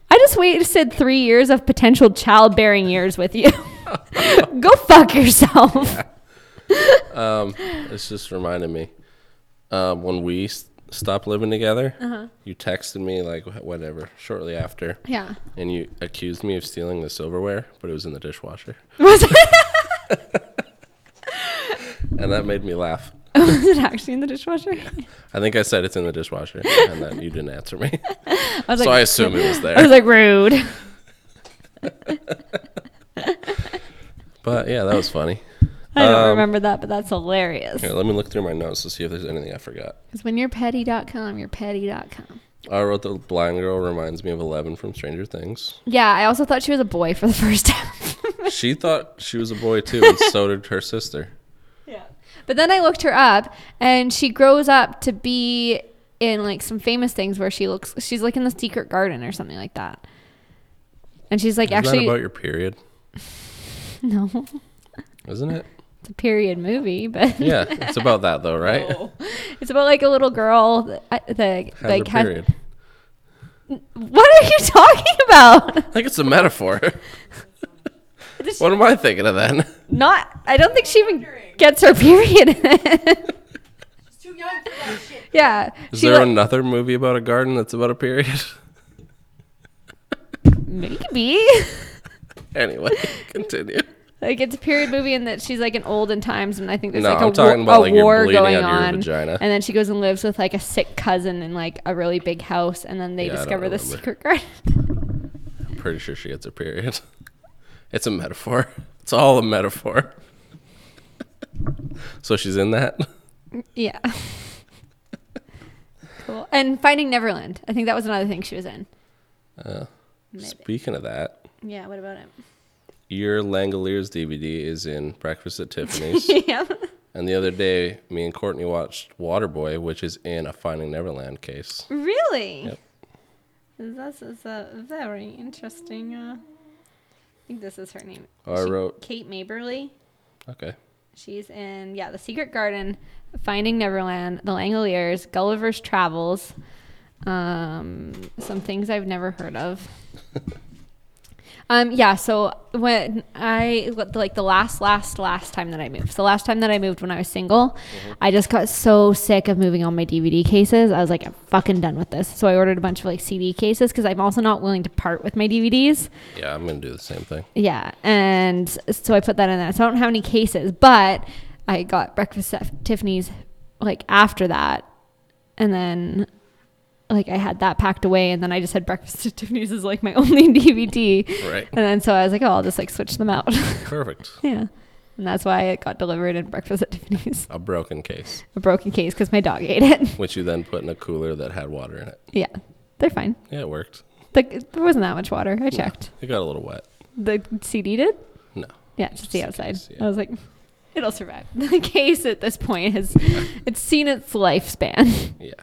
A: I just wasted three years of potential childbearing years with you. Go fuck yourself.
B: This just reminded me um, when we s- stopped living together.
A: Uh-huh.
B: You texted me like wh- whatever shortly after,
A: Yeah.
B: and you accused me of stealing the silverware, but it was in the dishwasher,
A: Was it,
B: and that made me laugh.
A: was it actually in the dishwasher?
B: I think I said it's in the dishwasher, and then you didn't answer me,
A: I was
B: so I
A: like,
B: assume it was there.
A: I was like rude.
B: but yeah, that was funny.
A: I don't
B: Um,
A: remember that, but that's hilarious.
B: Here, let me look through my notes to see if there's anything I forgot.
A: Because when you're petty.com, you're petty.com.
B: I wrote the blind girl reminds me of Eleven from Stranger Things.
A: Yeah, I also thought she was a boy for the first time.
B: She thought she was a boy too, and so did her sister.
A: yeah. But then I looked her up, and she grows up to be in like some famous things where she looks, she's like in the secret garden or something like that. And she's like,
B: Isn't
A: actually,
B: that about your period?
A: no,
B: Isn't it?
A: it's a period movie, but
B: Yeah, it's about that though, right?
A: it's about like a little girl that, that
B: Has
A: like
B: a
A: has-
B: period.
A: What are you talking about?
B: I think it's a metaphor.
A: This-
B: what am I thinking of then?
A: Not, I don't think she even gets her period.
C: She's too young for that shit.
A: yeah,
B: Is
A: she
B: there
A: like-
B: another movie about a garden that's about a period?
A: maybe.
B: anyway, continue.
A: Like it's a period movie and that she's like an olden times and I think there's
B: No,
A: like a,
B: I'm talking
A: war,
B: about,
A: a
B: like, you're
A: war
B: bleeding
A: going
B: out of your
A: on.
B: vagina.
A: And then she goes and lives with like a sick cousin in like a really big house and then they
B: Yeah, I don't
A: discover the
B: remember.
A: secret garden.
B: I'm pretty sure she gets a period. It's a metaphor. It's all a metaphor. so she's in that.
A: yeah. cool. And Finding Neverland. I think that was another thing she was in.
B: Uh,
A: Maybe.
B: speaking of that,
A: Yeah, what about it?
B: your Langoliers DVD is in Breakfast at Tiffany's.
A: yeah.
B: and the other day, me and Courtney watched Waterboy, which is in a Finding Neverland case.
A: Really?
B: Yep.
A: This is a very interesting uh I think this is her name.
B: Oh, I
A: She-
B: wrote-
A: Kate Maberly.
B: Okay.
A: She's in yeah, The Secret Garden, Finding Neverland, The Langoliers, Gulliver's Travels, um, some things I've never heard of. um, yeah, so when I like the last, last, last time that I moved, the last time that I moved when I was single, I just got so sick of moving all my DVD cases. I was like, I'm fucking done with this. So I ordered a bunch of like CD cases because I'm also not willing to part with my DVDs.
B: Yeah, I'm going to do the same thing.
A: Yeah, and so I put that in there. So I don't have any cases, but I got breakfast at Tiffany's like after that, and then like I had that packed away, and then I just had breakfast at Tiffany's as like my only DVD,
B: Right.
A: and then so I was like, oh, I'll just like switch them out.
B: Perfect.
A: yeah, and that's why it got delivered in breakfast at Tiffany's,
B: A broken case,
A: a broken case because my dog ate it.
B: which you then put in a cooler that had water in it.
A: yeah, they're fine.
B: Yeah, it worked.
A: Like there wasn't that much water. I checked.
B: It got a little wet.
A: The CD did.
B: No.
A: Yeah, just the
B: in
A: outside.
B: case, yeah.
A: I was like, it'll survive. The case at this point has it's seen its lifespan.
B: Yeah.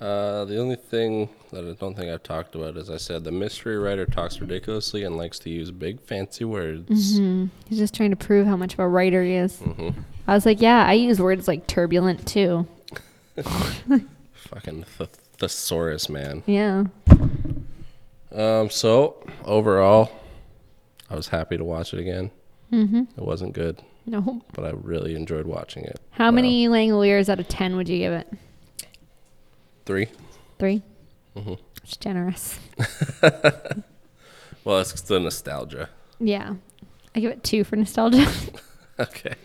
B: Uh, the only thing that I don't think I've talked about is I said the mystery writer talks ridiculously and likes to use big fancy words. Mm-hmm.
A: He's just trying to prove how much of a writer he is.
B: Hmm.
A: I was like, yeah, I use words like turbulent too.
B: Fucking th- thesaurus, man.
A: Yeah.
B: Um, so overall, I was happy to watch it again. Mm-hmm. It wasn't good,
A: No.
B: but I really enjoyed watching it.
A: How
B: Wow.
A: many Langoliers out of 10 would you give it?
B: Three.
A: 3
B: Mm-hmm.
A: It's generous.
B: Well, it's the nostalgia.
A: Yeah. I give it two for nostalgia.
B: Okay.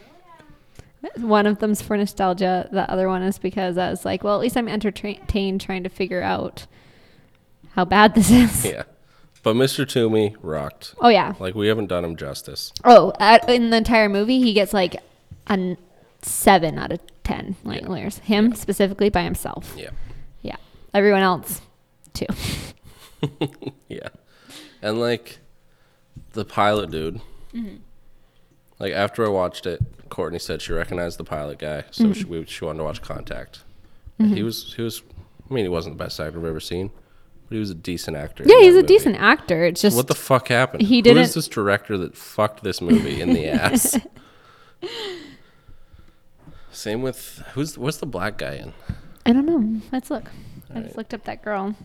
A: one of them's for nostalgia. The other one is because I was like, well, at least I'm entertained trying to figure out how bad this is.
B: Yeah. But Mr. Toomey rocked.
A: Oh, yeah.
B: Like we haven't done him justice.
A: Oh, at, in the entire movie, he gets like a n- seven out of ten Langlers. Him specifically by himself.
B: Yeah.
A: Yeah. Everyone else, too.
B: Yeah. And like the pilot dude.
A: Mm-hmm.
B: Like after I watched it, Courtney said she recognized the pilot guy,
A: Mm-hmm.
B: so she, we, she wanted to watch Contact. And he was he was I mean he wasn't the best actor I've ever seen, but he was a decent actor. in
A: Yeah,
B: that
A: he's a
B: movie.
A: decent actor. It's just
B: What the fuck happened?
A: He
B: Who
A: didn't-
B: is this director that fucked this movie in the ass? Same with who's what's the black guy in?
A: I don't know. Let's look. I just
B: Alright.
A: looked up that girl.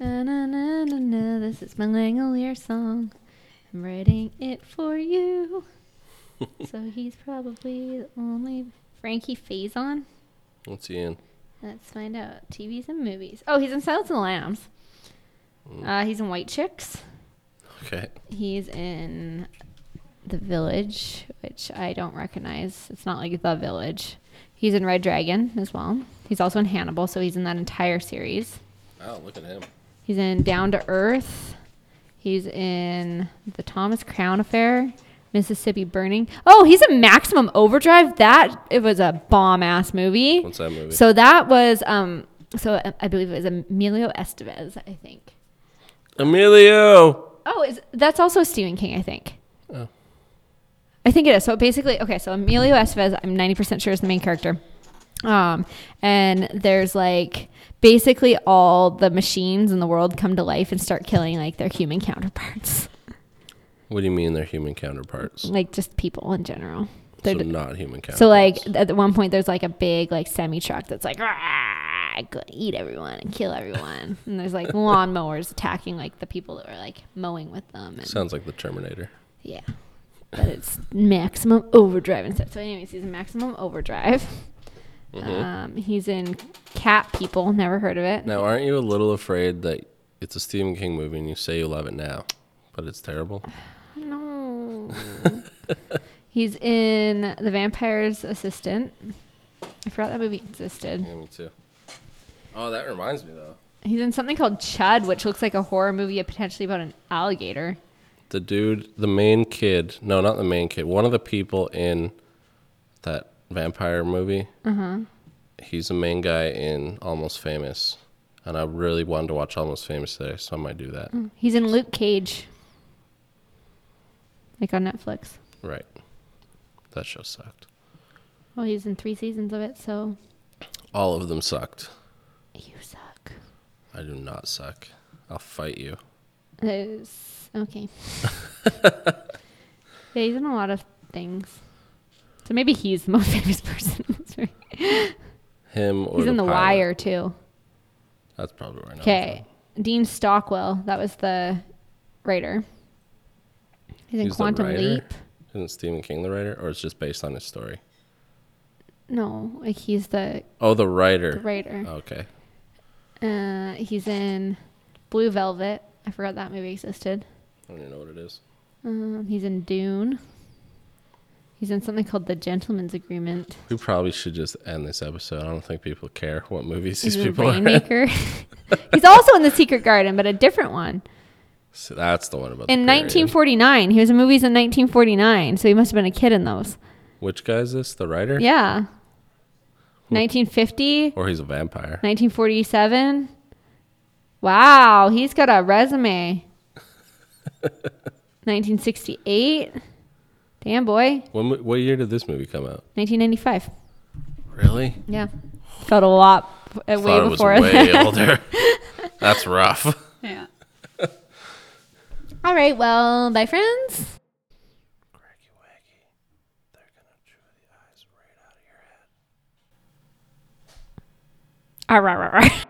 A: Na, na, na, na, na, this is my Langolier song. I'm writing it for you. so he's probably the only Frankie Faison.
B: What's he in?
A: Let's find out. TVs and movies. Oh, he's in Silence of the Lambs. Uh, he's in White Chicks.
B: Okay.
A: He's in The Village, which I don't recognize. It's not like The Village. He's in Red Dragon as well. He's also in Hannibal, so he's in that entire series.
B: Oh, look at him.
A: He's in Down to Earth. He's in The Thomas Crown Affair, Mississippi Burning. Oh, he's in Maximum Overdrive. That it was a bomb ass movie.
B: What's that movie?
A: So that was um. So I- I believe it was Emilio Estevez. I think.
B: Emilio.
A: Oh, is that's also Stephen King? I think.
B: Oh.
A: I think it is. So basically, okay, so Emilio Estevez, I'm 90% sure is the main character. Um, and there's like basically all the machines in the world come to life and start killing like their human counterparts,
B: What do you mean they're human counterparts?
A: like just people in general.
B: So
A: They're d-
B: not human counterparts.
A: so like at one point there's like a big like semi truck that's like "Rah, go eat everyone and kill everyone and there's like lawnmowers attacking like the people that were like mowing with them and
B: sounds like the Terminator.
A: Yeah. But it's maximum overdrive instead. So, anyways, he's in maximum overdrive. Um, he's in Cat People. Never heard of it.
B: Now, aren't you a little afraid that it's a Stephen King movie and you say you love it now, but it's terrible?
A: No. he's in The Vampire's Assistant. I forgot that movie existed.
B: Yeah, me too. Oh, that reminds me though.
A: He's in something called Chud, which looks like a horror movie potentially about an alligator.
B: The dude, the main kid, no, not the main kid, one of the people in that vampire movie. Uh-huh.
A: Mm-hmm.
B: He's the main guy in Almost Famous. And I really wanted to watch Almost Famous today, so I might do that.
A: He's in Luke Cage, like on Netflix.
B: Right. That show sucked.
A: Well, he's in three seasons of it, so
B: All of them sucked.
A: you suck.
B: I do not suck. I'll fight you.
A: Is okay. yeah, he's in a lot of things. So maybe he's the most famous person. in this movie.
B: Him or
A: he's in The
B: pilot.
A: Wire too.
B: That's probably where I know. him
A: Okay, Dean Stockwell. That was the writer. He's in
B: He's the
A: Quantum
B: writer?
A: Leap.
B: from. Isn't Stephen King the writer, or it's just based on his story?
A: No, like he's the
B: Oh, the writer.
A: writer.
B: Okay.
A: Uh, he's in Blue Velvet. I forgot that movie existed.
B: I don't even know what it is.
A: Um, he's in Dune. He's in something called The Gentleman's Agreement.
B: We probably should just end this episode. I don't think people care what movies
A: He's
B: these
A: in
B: people are in.
A: Rainmaker. He's also in the Secret Garden, but a different one.
B: So that's the one about
A: In
B: the period.
A: 1949, he was in movies in 1949, so he must have been a kid in those.
B: Which guy is this? The writer?
A: Yeah, 1950,
B: Or he's a vampire.
A: 1947. Wow, he's got a resume. 1968. Damn boy,
B: When, mo- what year did this movie come out?
A: 1995.
B: Really?
A: Yeah, got a lot uh, way
B: Thought it was
A: before
B: way
A: that.
B: older. That's rough.
A: Yeah. All right. Well, bye, friends.
B: Cracky wacky. They're gonna chew the eyes right out of
A: Arr, arr,
B: your head.
A: arr, arr.